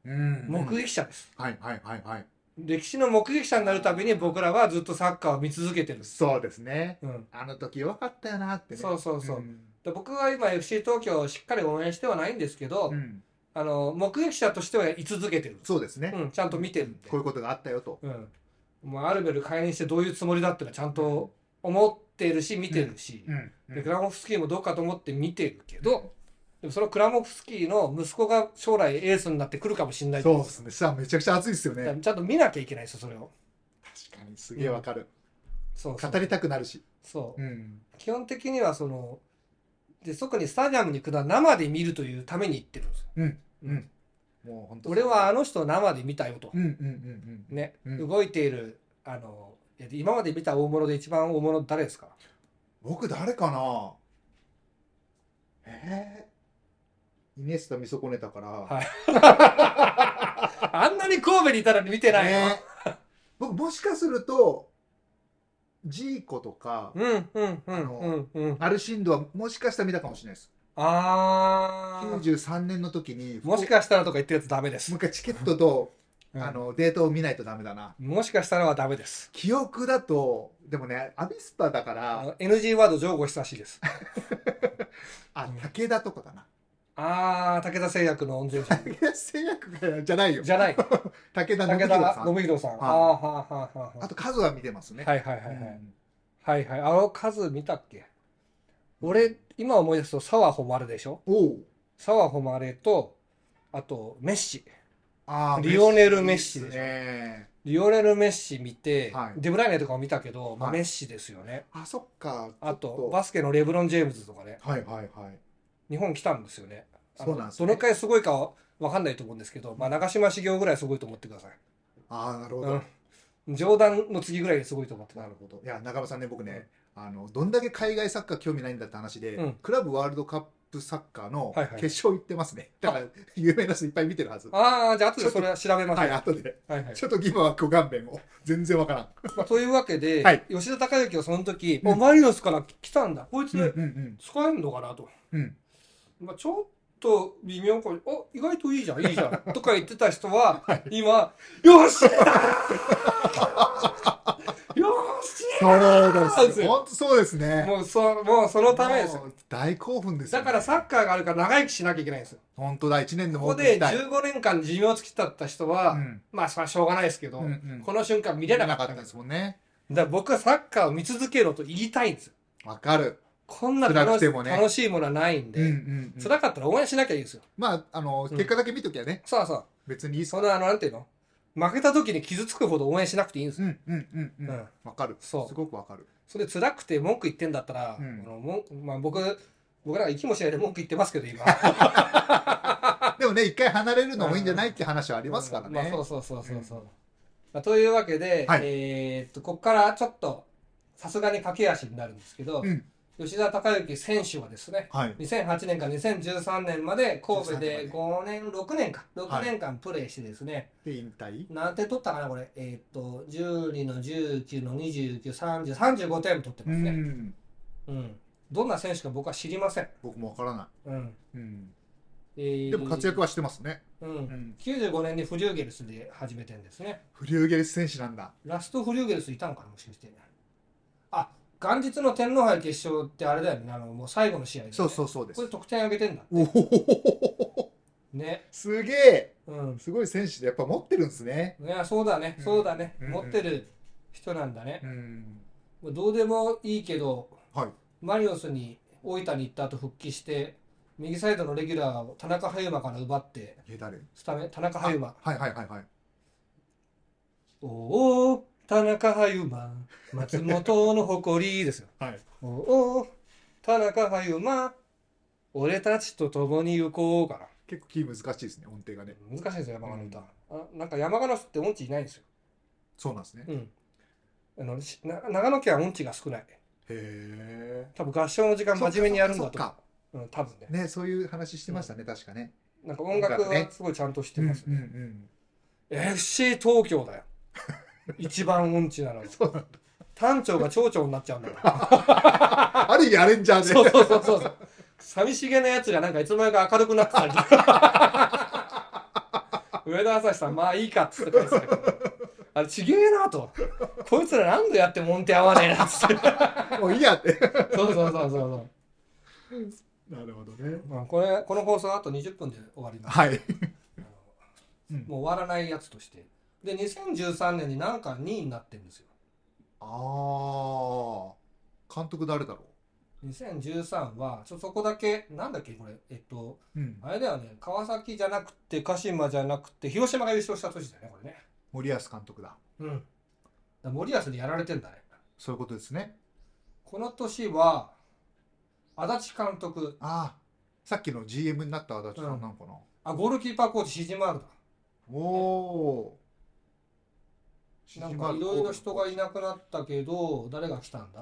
うん。目撃者です。はいはいはいはい。歴史の目撃者になるたびに僕らはずっとサッカーを見続けてるんです。そうですね。うん。あの時弱かったよなってね。そうそうそう。んで僕は今 FC 東京をしっかり応援してはないんですけど、うん。あの、目撃者としては居続けてるんです。そうですね。うん、ちゃんと見てるんでこう。いうことがあったよと。うん。まあ、アルベル解任してどういうつもりだっていうのはちゃんと思ってるし、見てるし。うん。でクラモフスキーもどうかと思って見てるけど、でもそのクラモフスキーの息子が将来エースになってくるかもしれないそうですね。さあめちゃくちゃ熱いですよだからね。ちゃんと見なきゃいけないですよ、それを。確かにすげえわかる。そうそう語りたくなるし。そう。ん。基本的にはその、で特にスタジアムに行くのは生で見るというために行ってるんですよ。もう本当。俺はあの人を生で見たよと。うんうんうんうん。ね、うん動いている、あの、いや今まで見た大物で一番大物誰ですか僕誰かなえー、イニエスタ見損ねたから、はい [laughs] あんなに神戸にいたのに見てないの、ね僕もしかするとジーコとか、うんうんうんうんうん。アルシンドはもしかしたら見たかもしれないですあー。 93年の時にもしかしたらとか言ってるやつダメですもう一。回チケットと、うんあのデートを見ないとダメだなもしかしたらはダメです。記憶だとでもねアビスパだからあの NG ワード上後久し [laughs] です。あ武田とかだな [laughs] あー、武田製薬の御前者。武田製薬がじゃないよじゃ [laughs] ない。武武田信弘田さん信弘さん。あーはーはーはーあはと数は見てますーね、はいはいはいはうんい。はいはい。あの数見たっけ俺、今思い出すと、沢誉でしょおう沢誉と、あと、メッシ。あーリオネルメッシいいっすねリオネル・メッシ見て、はいデブライネとかも見たけど、まあ、はいメッシですよね。あ、そっか。あちとょ、っバスケのレブロン・ジェームズとかね。とはいはいはい。日本来たんですよね。あのそうなんですどねのくらいすごいかは分かんないと思うんですけど、まあ、長嶋茂雄ぐらいすごいと思ってください。ああ、なるほど。うん、冗談の次ぐらいですごいと思ってたなるほど。いや、中村さんね、僕ね、あの、どんだけ海外サッカー興味ないんだって話で、うんクラブワールドカップサッカーのはいはい決勝行ってますね。だから、有名な人いっぱい見てるはず。はああじゃあ後でそれは調べましょうい、後で。はいはいちょっと今はご勘弁を。全然わからん。まあ、というわけで、はい吉田孝之はその時、うんおマリノスから来たんだこいうんうつん使えんのかなと、うん。うん。まあ、ちょっと微妙かお意外といいじゃんいいじゃ [laughs] んとか言ってた人は、今よっしゃー [laughs] よっしそうで。ですす本当そうですゃね。ーもうそもうそのためですよもう大興奮ですよだね、からサッカーがあるから長生きしなきゃいけないんですよ本当だ、一年でもここ多くで見たい15年間寿命尽きたった人は、うんまあそれはしょうがないですけど、うんうんこの瞬間見見れれななかかったたっんでですすもんね。だから僕はサッカーを見続けろと言いたいんですよわかる。こんな辛楽くし,、てもね楽しいものはないんで、うんうん、うん。辛かったら応援しなきゃいいですよまあ、あの、うん結果だけ見ときゃね、そうそう別にいいっすそのあのなんていうの負けた時に傷つくほど応援しなくていいんですうよ、んうんうんうん。うんわ、かる。そうすごくわかる。それで辛くて文句言ってんだったら、うんあのもんまあ、僕僕らが息もしないで文句言ってますけど今でもね、一回離れるのもいいんじゃないって話はありますからね。うんまあ、そうそうそうそうそう、まあ、というわけで、はいえーっとここからちょっとさすがに駆け足になるんですけど、うん吉田孝之選手はですねはい。 2008年から2013年まで神戸13で年5年6年かは6い年間プレーしてですね、で、引退何点取ったかなこれえーっと12の19の293035点取ってうますね、ん。うんどんな選手か僕は知りません、僕もわからなうんい。うん。えーでも活躍はしてますね。ううんん。 95年にフリューゲルスで始めてんですねフリューゲルス選手なんだ。ラストフリューゲルスいたのかなもしかして。あ、元日の天皇杯決勝ってあれだよね。あの、もう最後の試合で、ね。そうそうそうでこすれ。得点上げてんだ。おおね。すげえうん。すごい選手でやっぱ持ってるんですね。いや、そうだね。うんそうだね。うん持ってる人なんだねう。ん。もうどうでもいいけど、はい。マリオスに大分に行った後復帰して、右サイドのレギュラーを田中葉馬から奪って、え、誰スタメン、田中葉馬。はいはいはいはい。おお、田中葉馬、松本の誇りですよ。はい。おお、田中はゆま、俺たちと共に行こうか結構キー難しいですね音程がね難しいですよ山鹿の歌、あなんか山鹿の人って音痴いないんですよ、そうなんですねうん、あのしな長野県は音痴が少ないへえ多分合唱の時間真面目にやるんだそっとかう、ん、多分ねねそういう話してましたね、確かねなんか音楽はすごいちゃんとしてます、うんうんうん、 FC 東京 [laughs] だよ一番音痴なのにそうなんだ単調が町長になっちゃうんだからある意味アレンジャーでそうそうそうそう寂しげなやつがなんかいつの間にか明るくなって [laughs] たり上田朝日さんまあいいかっつって返してたけどあれちげえなとこいつら何度やっても音程合わねえなっつってもういいやってそうそうそうそうそ [laughs] うなるほどねまあ、これこの放送あと20分で終わります、はい [laughs] うんもう終わらないやつとしてで2013年になんか2位になってるんですよああ監督誰だろ2013はちょそこだけなんだっけこれえっとう、うん、あれだよね川崎じゃなくて鹿島じゃなくて広島が優勝した年だよねこれね森保監督だうんだから森保にやられてんだねそういうことですねこの年は足立監督ああさっきの GM になった足立さんなのかな、あゴールキーパーコーチシジマールだおおなんかいろいろ人がいなくなったけど誰が来たんだ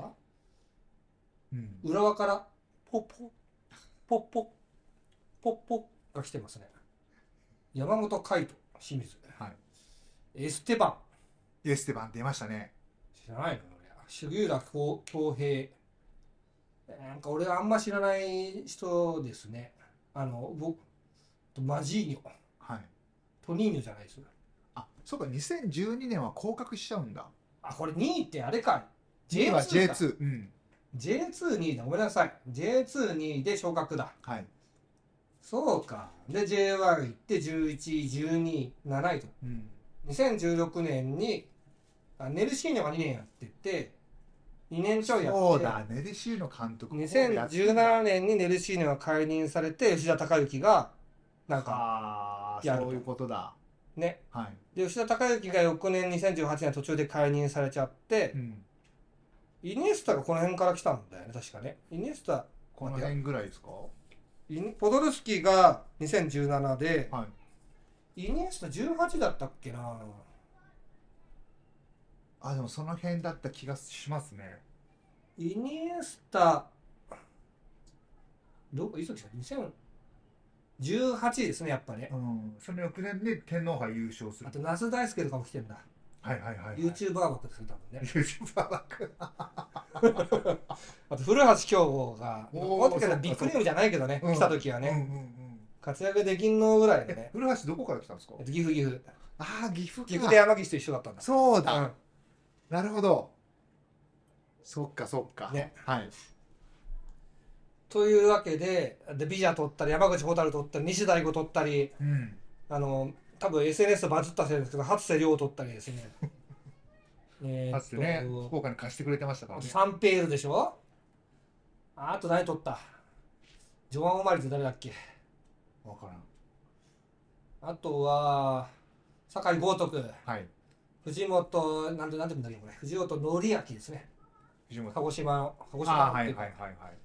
うん、浦和からポッポッポッポッポッポッが来てますね山本海斗清水、はいエステバンエステバン出ましたね知らないの俺杉浦恭恭平なんか俺はあんま知らない人ですねあの僕マジーニョはいトニーニョじゃないですよあそうか2012年は降格しちゃうんだあこれ2位ってあれか J2 今か J2 うん、 J22 だごめんなさい J22 で昇格だはい、そうかで J1 行って11位12位7位とうん、 2016年にあネルシーニョが2年やってて2年ちょいやってそうだネデシーの監督2017年にネルシーニョが解任されて吉田孝之がなんかかやるとそういうことだねはい、で吉田孝之が翌年2018年途中で解任されちゃってうん、イニエスタがこの辺から来たんだよね確かねイニエスタこの辺ぐらいですかイニポドルスキーが2017ではいイニエスタ18だったっけなあでもその辺だった気がしますねイニエスタどこいつ来た2018ですねやっぱねうんその翌年で天皇杯優勝すあと那須大輔とかも来てんだはいはいはい、はい、 YouTuber 枠でする多分ね YouTuber バックあと古橋京吾がおーもっとからビッグネームじゃないけどねうん来た時はうんうんねうん活躍できんのぐらいでえね古橋どこから来たんですかえっと岐阜岐阜ああ岐阜か岐阜で山岸と一緒だったんだそううだ、んなるほどそっかそっかねはいというわけででビジャ取ったり山口蛍取ったり西大吾取ったりうんあの多分 SNS バズったせいですけど初瀬亮取ったりで [laughs] すねえかーつてねっ福岡に貸してくれてましたからとねサンペールでしょああと何取ったジョアン・オマリって誰だっけ分からんあとは酒井豪徳はい藤本なんてなんて言うんだっけこれ藤本紀明ですね藤本鹿児島の鹿児島あーのはっいはていういかはいはい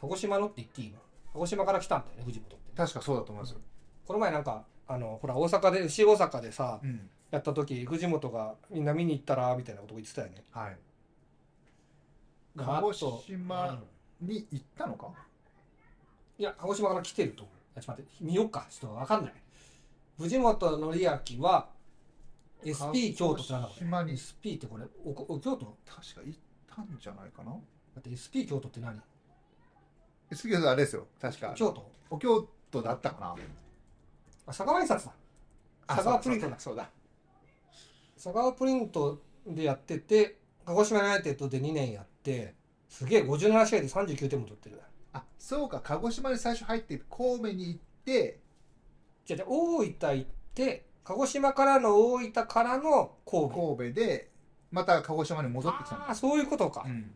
鹿児島のって言っていいの鹿児島から来たんだよね藤本って確かそうだと思いますよ、この前なんかあのほら大阪で FC 大阪でさうん、やった時藤本がみんな見に行ったらみたいなこと言ってたよねはいあ鹿と児島うんに行ったのかいや鹿児島から来てると思うあちょっと待って見ようかちょっとわかんない藤本紀明は SP 京都ってなんだこ鹿児れ島に SP ってこれおこお京都だ確か行ったんじゃないかなって SP 京都って何次はあれですよ確か京都お京都だったかあ佐川印刷だな佐川プリントだそうだ佐川プリントでやってて鹿児島ユナイテッドで2年やってすげえ57試合で39点も取ってるあそうか鹿児島に最初入って神戸に行ってじゃあ大分行って鹿児島からの大分からの神神戸戸でまた鹿児島に戻ってきたんああでーす、そういうことか、うん、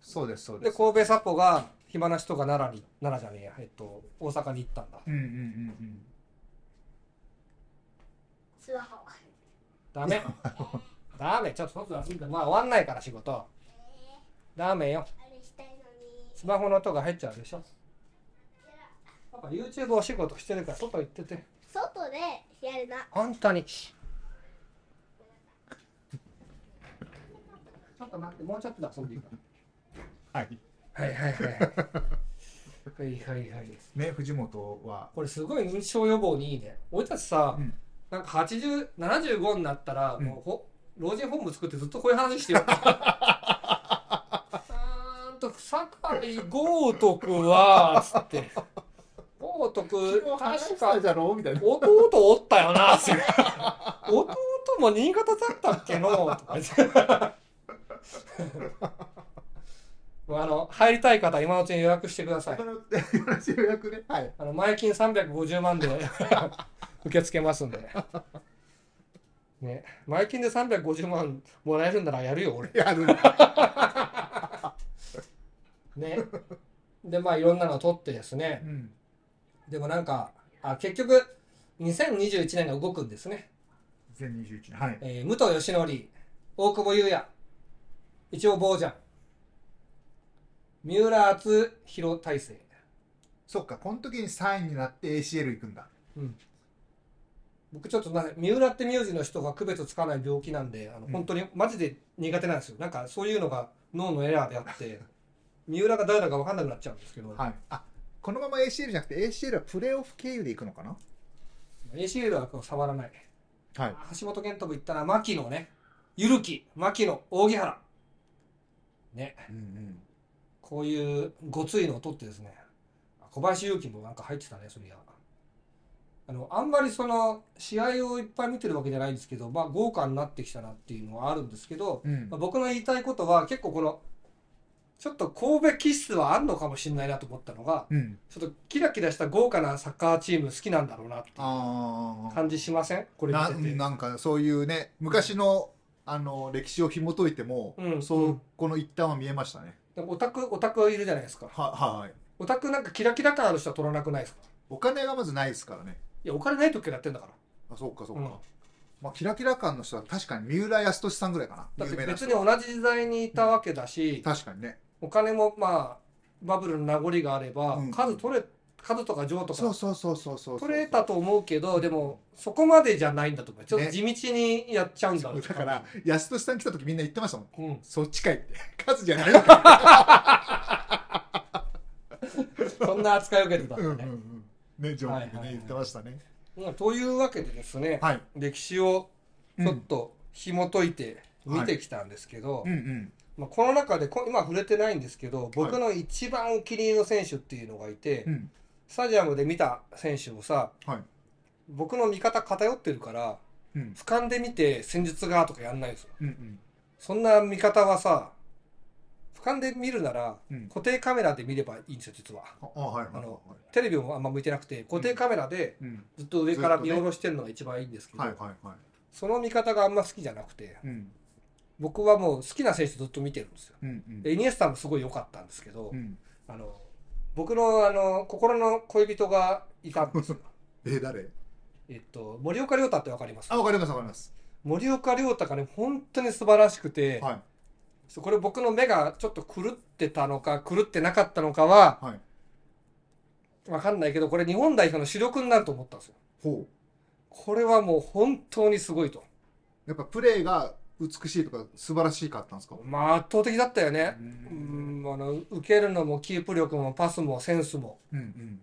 そうですそうでです神戸サポが暇な人が奈良に奈良じゃねえや、えっと、大阪に行ったんだうんうんうんスマホ。ダ [laughs] メダメちょっと外遊んでまあ終わんないから仕事えー、ダメよあれしたいのに。スマホの音が入っちゃうでしょパパ YouTube お仕事してるから外行ってて外でやるな。本当にちょっと待ってもうちょっとで遊んでいいかはい。らはいはいはい [laughs] はいはいはいはいね、藤本は。これすごい認知症予防にいいね俺たちさ、うんなんか8075になったら、うんもうほ老人ホーム作ってずっとこういう話してようーんと酒井豪徳はつって豪徳確かじゃろうみたいな。弟おったよなつって弟も新潟だったっけのとか言って [laughs] あの入りたい方は今のうちに予約してくださいこの [laughs] 話予約ね。はい。あの前金350万で [laughs] 受け付けますんで。ね、前金で350万もらえるんならやるよ、俺。 [laughs] やる。ね。で、まあ、いろんなの取ってですねう。ん。でもなんか、あ結局、2021年が動くんですね。 2021年。はい。えー武藤義則、大久保裕也、一応坊ちゃん、三浦篤弘大成。そっか、この時に3位になって ACL 行くんだ。僕ちょっとな三浦って名字の人が区別つかない病気なんであの、うん本当にマジで苦手なんですよなんかそういうのが脳のエラーであって三浦が誰だか分かんなくなっちゃうんですけど、はい。あ、このまま ACL じゃなくて ACL はプレーオフ経由で行くのかな ACL はこう触らない、はい。橋本健人も言ったら牧野ねゆるき牧野扇原ねうんうん。こういうごついのを取ってですね小林勇輝もなんか入ってたねそりゃあのあんまりその試合をいっぱい見てるわけじゃないんですけどまあ豪華になってきたなっていうのはあるんですけど、うんまあ、僕の言いたいことは結構このちょっと神戸気質はあるのかもしれないなと思ったのがうん。ちょっとキラキラした豪華なサッカーチーム好きなんだろうなっていうああ。感じしませんこれ見なててなんかそういうね、昔のあの歴史を紐解いても、うんそう、この一端は見えましたね。でもオタクオタクいるじゃないですかは、はい。オタクなんかキラキラ感ある人は取らなくないですかお金がまずないですからね。いやお金ない時からやってんだからあ、そっかそっうんか。まあ、キラキラ感の人は確かに三浦康俊さんぐらいかだな。っ有て名な別人に。同じ時代にいたわけだし、確かにね。お金もまあバブルの名残があれば、うん数取れ数とか上とそうかそうそうそうそうそう。取れたと思うけどでもそこまでじゃないんだと思うちょっとね地道にやっちゃうんだろうだから、安俊さん来た時みんな言ってましたもん。うん、そっちかいって。 [laughs] 数じゃないのか。そんな扱い受けてたん [laughs] うんだうんうね。ん。ね、ジョークではいはいはね、い言ってましたね。まあというわけでですね、はい。歴史をうちょっんと紐解いて見てきたんですけど、うんうん。まあ、この中でこ今触れてないんですけど僕の一番お気に入りの選手っていうのがいて、うん。スタジアムで見た選手をさはい。僕の見方偏ってるからうん。俯瞰で見て戦術がとかやんないんですよ。うんうん。そんな見方はさ俯瞰で見るならうん。固定カメラで見ればいいんですよ実は。あ、あはいはいあはいのはい。テレビもあんま向いてなくて固定カメラでうん。ずっと上から見下ろしてるのが一番いいんですけど、はいはいはい。その見方があんま好きじゃなくて、うん。僕はもう好きな選手ずっと見てるんですよ。うんうん。でイニエスタもすごい良かったんですけど、うん。あの僕のあの心の恋人がいたんですよ。え、誰 [laughs] えっと、森岡亮太ってわかりますあ、わかりますわかります。森岡亮太がね、本当に素晴らしくて、はい。そうこれ僕の目がちょっと狂ってたのか、狂ってなかったのかは、はい。わかんないけど、これ日本代表の主力になると思ったんですよ。ほこれはもう本当にすごいと。う。やっぱプレーが美しいとか素晴らしかったんですかまあ圧倒的だったようね。うんん、あの、受けるのもキープ力もパスもセンスも。うんうん。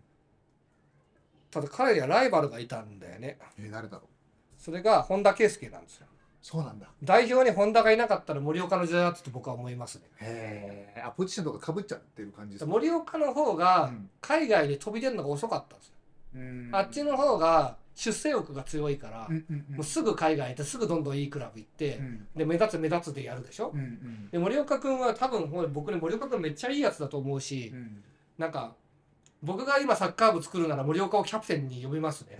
ただ彼にはライバルがいたんだよねえ、誰だろうそれが本田圭佑なんですよそうなんだ。代表に本田がいなかったら森岡の時代だったと僕は思いますねへえ。あ、ポジションとか被っちゃってる感じですか森岡の方うがん海外に飛び出るのが遅かったんですよ、うんあっちの方が出世欲が強いから、うんうんうんもうすぐ海外行ってすぐどんどんいいクラブ行って、うんで目立つ目立つでやるでしょ、うんうんで森岡君は多分ほら僕ね森岡君めっちゃいいやつだと思うし、うんなんか僕が今サッカー部作るなら森岡をキャプテンに呼びますね、へ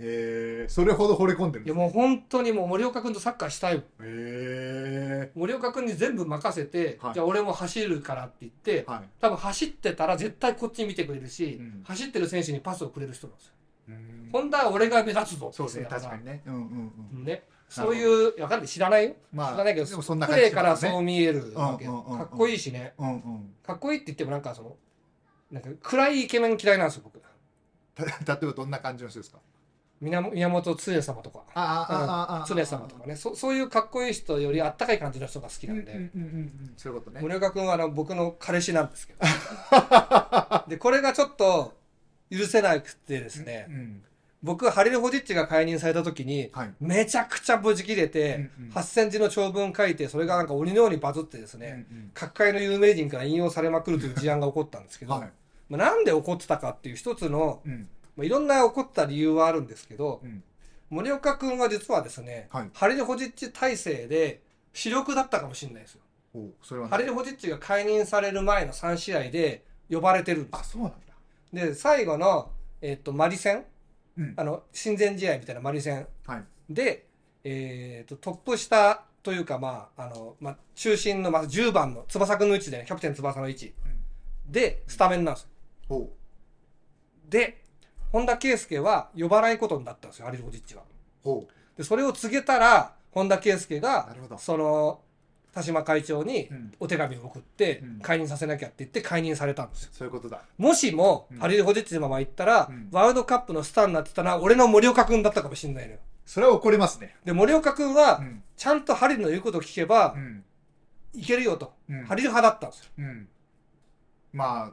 え。それほど惚れ込んでるんでいやすもうね。本当にもう森岡君とサッカーしたいもんへ森岡君に全部任せて、はいじゃあ俺も走るからって言って、え。はい。多分走ってたら絶対こっち見てくれるし、うん走ってる選手にパスをくれる人なんですよ。うん本田は俺が目立つぞそうですね、確かににね。うんうんうん。。ね、そういう、わかんない、知らないよ。ま知らないけどでもそんなプ感レじーからしますそねう見えるわけ。うんうんうんうんかっこいいしね。うんうん。かっこいいって言ってもなんかその、なんか暗いイケメン嫌いなんですよ、僕。た例えばどんな感じの人ですか宮本宮本常様とかあああああ常様とかねそそういうかっこいい人よりあったかい感じの人が好きなんで、そういうことね宗岡君はあの僕の彼氏な [laughs] んですけどでこれがちょっと許せなくてですね、うん僕ハリル・ホジッチが解任された時にはいめちゃくちゃ無事切れて、うんうん8センチの長文書いてそれがなんか鬼のようにバズってですね、うん各界の有名人から引用されまくるという事案が起こったんですけうんど、はいまあ、なんで起こってたかっていう一つの、うんまあ、いろんな起こった理由はあるんですけどうん森岡君は実はですね、はいハリル・ホジッチ体制で主力だったかもしれないですよ。おそれはねハリル・ホジッチが解任される前の3試合で呼ばれてるんであす。そうなんだで最後の、えっとマリ戦うんあの親善試合みたいなマリ戦はいで、えっとトップ下というか、まああのまあ、中心の、まあ、10番の翼君の位置で、ね、キャプテン翼の位置でスタメンなんですよ。おうで本田圭佑は呼ばないことになったんですよハリル・ホジッチは。ほでそれを告げたら本田圭佑ながるほどその田島会長にう、うん、お手紙を送ってうん解任させなきゃって言って解任されたんですよ。そういうことだもしも、うんハリル・ホジッチのまま行ったら、うんワールドカップのスターになってたら、俺の森岡君だったかもしれないのよ。それは怒りますねで、森岡君は、んちゃんとハリルの言うことを聞けば、うんいけるよと、うんハリル派だったんですよ。うんまあ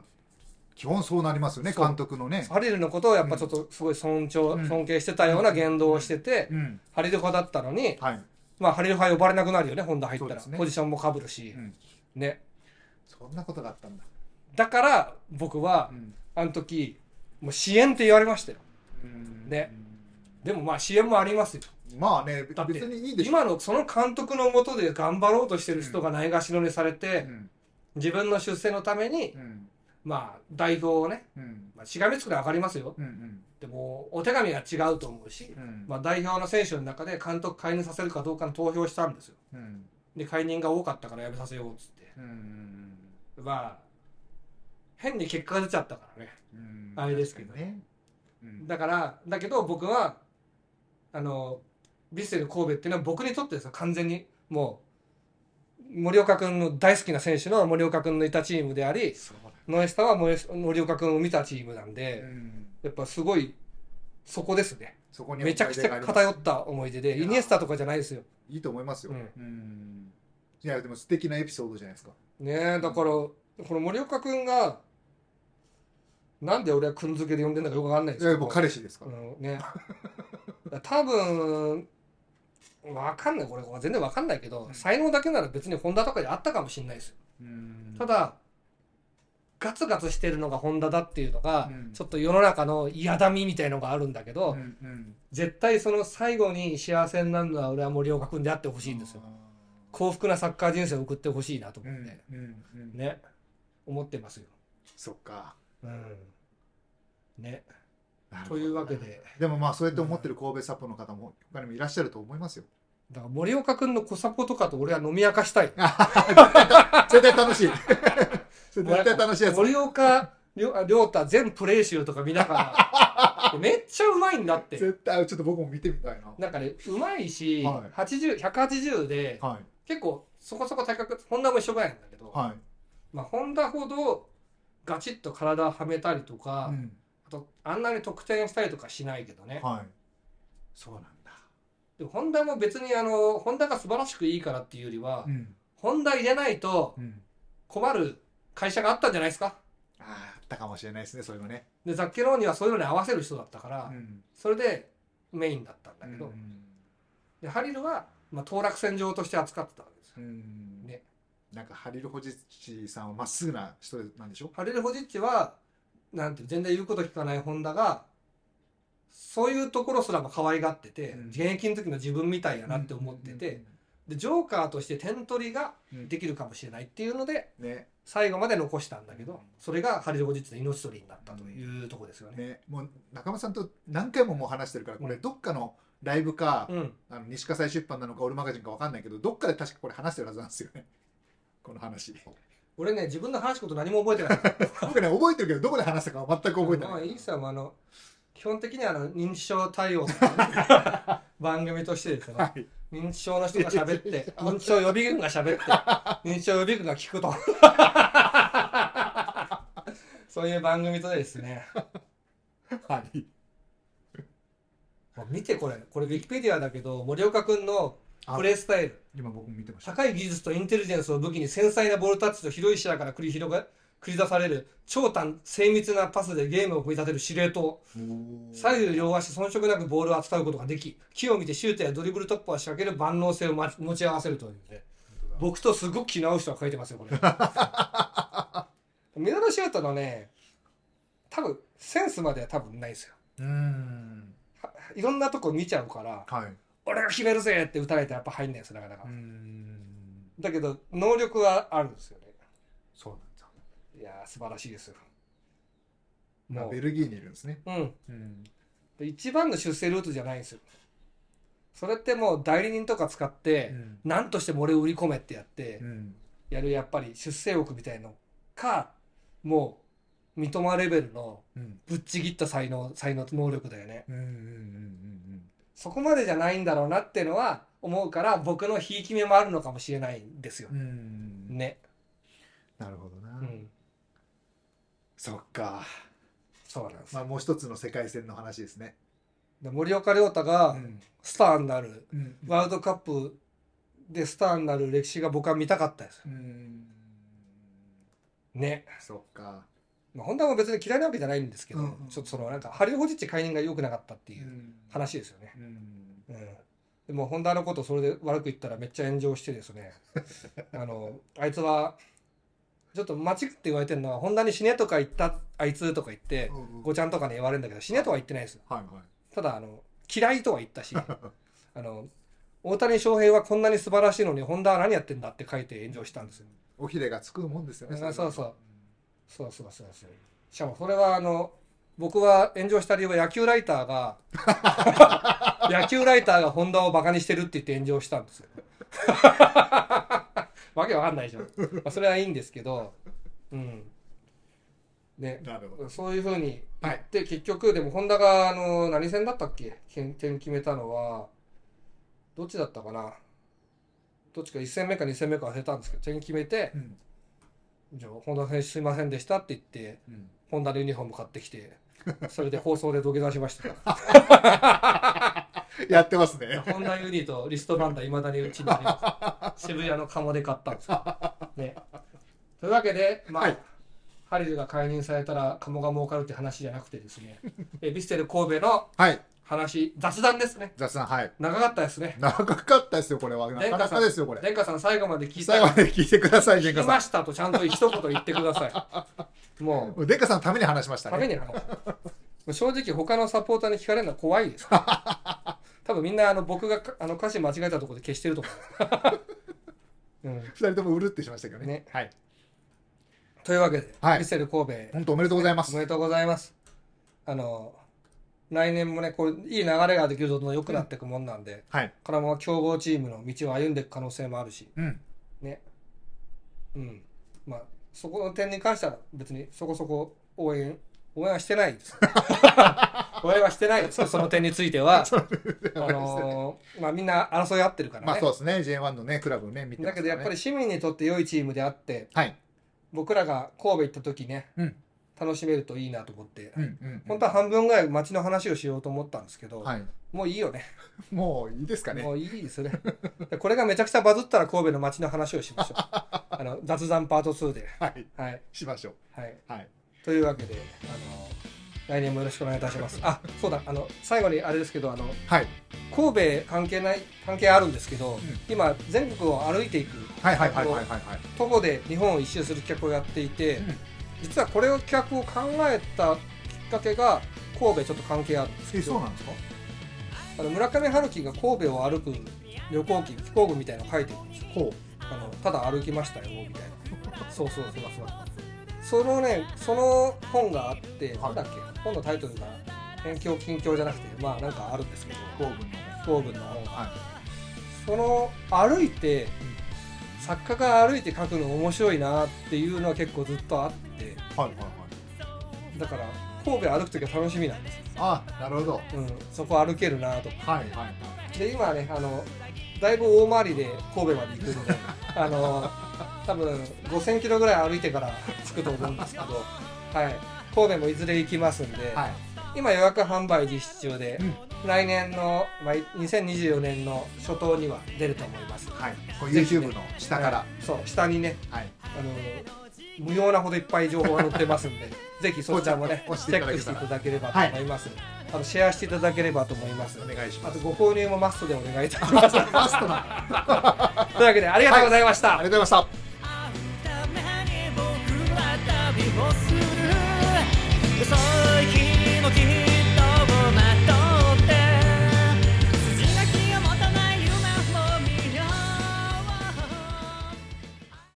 基本そうなりますよねそう監督のねハリルのことをやっぱちょっとすごい尊重、うん尊敬してたような言動をしてて、うんハリル派だったのに、はいまあ、ハリル派呼ばれなくなるよね、本田入ったそうでら。すねポジションもかぶるし、うんね。そんなことがあったんだだから、僕は、んあの時、もう支援って言われましたよ。うんねでもまあ、支援もありますよ。まあねだって別にいいでしょ今のその監督のもとで頑張ろうとしてる人がないがしろにされて、うん自分の出世のためにう、んまあ、代表をね、うんまあ、しがみつくのは分かりますよ。うんうんでも、お手紙は違うと思うし、うんまあ、代表の選手の中で監督解任させるかどうかの投票したんですよ。うんで、解任が多かったからやめさせようっつって。うんまあ、変に結果が出ちゃったからね。うんあれですけど確かにねうんだから、だけど僕は、あの、ヴィッセル神戸っていうのは僕にとってですよ、完全に。もう、森岡君の大好きな選手の森岡君のいたチームであり、そうノエスタは森森岡君を見たチームなんだで、うんやっぱすごい、そこですね。そこにめちゃくち思いゃ出があり偏まった思い出いで、やイニエスタとかじゃないですよ。すいいと思いますようんうんいやでも素敵なエピソードじゃないですかねえ、だから、この森岡君が、なんで俺はくんづけで呼んでんだかよくわかんないでいすけやどもう、彼氏ですかうらん、ね。 [laughs] 多分、わかんない、これ、全然わかんないけど、才能だけなら別にホンダとかであったかもしれないですよ。うんただ、ガツガツしてるのがホンダだっていうのが、うんちょっと世の中の嫌だみみたいのがあるんだけど、うんうん絶対その最後に幸せになるのは俺は森岡君であってほしいんですよ。あ幸福なサッカー人生を送ってほしいなとーう思っんて、うんうんね、思ってますよ。そっかうん。ね。なるほどというわけで、でもまあそうやって思ってる神戸サポの方も他にもいらっしゃると思いますよ。 [laughs] だから森岡君の小サポとかと俺は飲み明かしたい。絶対楽しい。 [laughs] 絶対楽しいやつ。森岡亮あ亮太全プレイ集とか見な [laughs] がらめっちゃうまいんだって絶対ちょっと僕も見てみたいな。なんかねうまいし、はい80 180ではい結構そこそこ体格ホンダも一緒ぐらいなんだけど、はい。まあ、ホンダほどガチッと体はめたりとか、うんあとあんなに得点したりとかしないけどね、はい。そうなんだ。でもホンダも別にあのホンダが素晴らしくいいからっていうよりは、うんホンダ入れないとうん。困る会社があったんじゃないですかあーあったかもしれないですねそういうのね。でザッケローニはそういうのに合わせる人だったから、ん。それでメインだったんだだけけど、ど。でハリルは、まあ、当落線上として扱ってたわけですようん。ねなんかハリルホジッチさんはまっすぐな人なんでしょ。ハリル・ホジッチはなんていう全然言うこと聞かないホンダがそういうところすらも可愛がってて、うん現役の時の自分みたいやなって思ってて、でジョーカーとして点取りができるかもしれないっていうのでうん。ね最後まで残したんだうけんどそれがハリル・ホジッチの命取りになったというところですよね。ねもう中間さんと何回ももう話してるからこれどっかのライブかうん、あの西葛西出版なのかオールマガジンかわかんないけどどっかで確かこれ話してるはずなんですよね [laughs] この話俺ね自分の話すこと何も覚えてない僕ね覚えてるけどどこで話したかは全く覚えてまなあいいいさもうあの基本的にあの認知症対応とか [laughs] ね番組としてですね、はい認知症の人が [laughs] 喋って認知症予備軍が喋って認知症予備軍が聞くとそういう番組とですねはい。もう見てこれこれウィキペディアだけど森岡君のあプレースタイル今僕も見てました。高い技術とインテリジェンスを武器に繊細なボールタッチと広い視野から繰り広が繰り出される超短精密なパスでゲームを組み立てる司令塔左右両足遜色なくボールを扱うことができ木を見てシュートやドリブル突破を仕掛ける万能性をま持ち合わせるというね僕とすごく気の合う人が書いてますよこれ [laughs] ミドルシュートのね多分センスまでは多分ないですようーん。いろんなとこ見ちゃうからはい。俺が決めるぜって打たれてやっぱ入んないですなかなかうーん。だけど能力はあるんですよねそうなんだ。いやー素晴らしいですよまあもベルギーにいるんですね。ううんうん。で一番の出世ルートじゃないんですよそれってもう代理人とか使って、うんなんとしても俺を売り込めってやってうん。やるやっぱり出世欲みたいのかもう三笘レベルのうん。ぶっちぎった才能才能と能力だよねうんうんうんうんそこまでじゃないんだろうなってのは思うから僕のひいき目もあるのかもしれないんですようん。うん。ねなるほどな。うんそっか。そうなんです、まあもう一つの世界線の話ですね。で森岡亮太がん。スターになるうん。ワールドカップでスターになる歴史が僕は見たかったですようん。ねそっか。まあ、本当は別に嫌いなわけじゃないんですけど、うんうんちょっとそのなんかハリー・ホジッチ解任が良くなかったってう。いうん話ですよね。うん。うんでも本田のことそれで悪く言ったらめっちゃ炎上してですねあのあいつはちょっと間違って言われてるのは本田に死ねとか言ったあいつとか言ってごちゃんとかに言われるんだけど死ねとは言ってないですはいはい。ただあの嫌いとは言ったしあの大谷翔平はこんなに素晴らしいのに本田は何やってんだって書いて炎上したんですよおひれがつくもんですよね。うんれはそうそう。そうそうそうそう。しかもそれはあの、僕は炎上した理由は野球ライターが、野球ライターがホンダをバカにしてるって言って炎上したんですよ。 [laughs] わけわかんないじゃん。まあ、それはいいんですけど、うん。ね、なるほど。そういうふうに言はっいて、結局、でもホンダがあの何戦だったっけ点点決めたのは、どっちだったかなどっちか1戦目か2戦目か忘れたんですけど、点決めて、うん。じゃあ、本田選手すいませんでしたって言って、うん。ホンダのユニフォーム買ってきて、それで放送で土下座しました。やってますね。ホンダユニとリストバンダ、いまだにうちにあり [laughs] ます。渋谷の釜で買った [laughs] んですよ。ね。というわけで、まあ、はいハリルが解任されたら鴨が儲かるって話じゃなくてですね、えビステル神戸のはい。話、雑談ですね。雑談、はい。長かったですね。長かったですよ、これは。なか殿下なさかんですよ、これ。殿下さん、最後まで聞いた最後まで聞いてください、殿聞き下まさしたとちゃんと一言言ってください。 [laughs] もう、ん。殿下さんのために話しましたためね。に話す正直他のサポーターに聞かれるのは怖いです [laughs] 多分みんなあの僕がかあの歌詞間違えたところで消してると思 [laughs] う、うん、二人ともうるってしましたけどねね。はい。というわけで、はいヴィッセル神戸本当おめでとうございまおすめ。でとうございますあの来年もねこういい流れができるとどんどん良くなっていくもんなんで、はい。このまま強豪チームの道を歩んでいく可能性もあるしうん。ねうんまあそこの点に関しては別にそこそこ応援応援はしてな [laughs] いです応援はしてないですその点について [laughs] はあのーまあみんな争い合ってるからね、まあそうですね、J1 のね、クラブをね、見てまだすかけらどねやっぱり、市民にとって良いチームであってはい。僕らが神戸行った時ね、うん楽しめるといいなと思って、うんうん。本当は半分ぐらい街の話をしようと思ったんですけど、はい。もういいよねもういいですかねも。ういいですねでこれがめちゃくちゃバズったら神戸の街の話を [laughs] しましょうあの雑談パート2ではい。はいしましょう。はいはい。というわけで、あの、来年もよろしくお願いいたします。あ、そうだ、あの、最後にあれですけど、あの、はい。神戸関係ない、関係あるんですけど、ん今、全国を歩いていく、はいはいはいはいはいはい。徒歩で日本を一周する企画をやっていて、うん実はこれを企画を考えたきっかけが、神戸ちょっと関係あるんですけえ、そうど、なんですかあの村上春樹が神戸を歩く旅行記、飛行具みたいなの書いてるんですよ。ほあのただ歩きましたよみたいなそうそうそうそうそのねその本があって、なんだっけ本のタイトルが「辺境近況」じゃなくてまあなんかあるんですけどう。神戸の。当分の本はい。その歩いて作家が歩いて書くの面白いなっていうのは結構ずっとあってはいはいはい。だから神戸歩く時は楽しみなんです、あ、なるほど。うん、そこ歩けるなとかはいはいはい。で今ねあのだいぶ大回りで神戸まで行く [laughs] のであの多分5000キロぐらい歩いてから着くと思うんですけど、はい、神戸もいずれ行きますんで、はい。今予約販売実施中で、来年の、まあ、2024年の初頭には出ると思いますはい、こう YouTube の下から、そう下にねはい、あの無用なほどいっぱい情報が載ってます [laughs] んでぜひそちらもね押しチていェたッだクけしたていらただければと思います、あとシェアしていただければと思いますお願いしあます。とご購入もマストでお願いいたします [laughs] マストな。あというわけでありがとうございました、りがとうございました。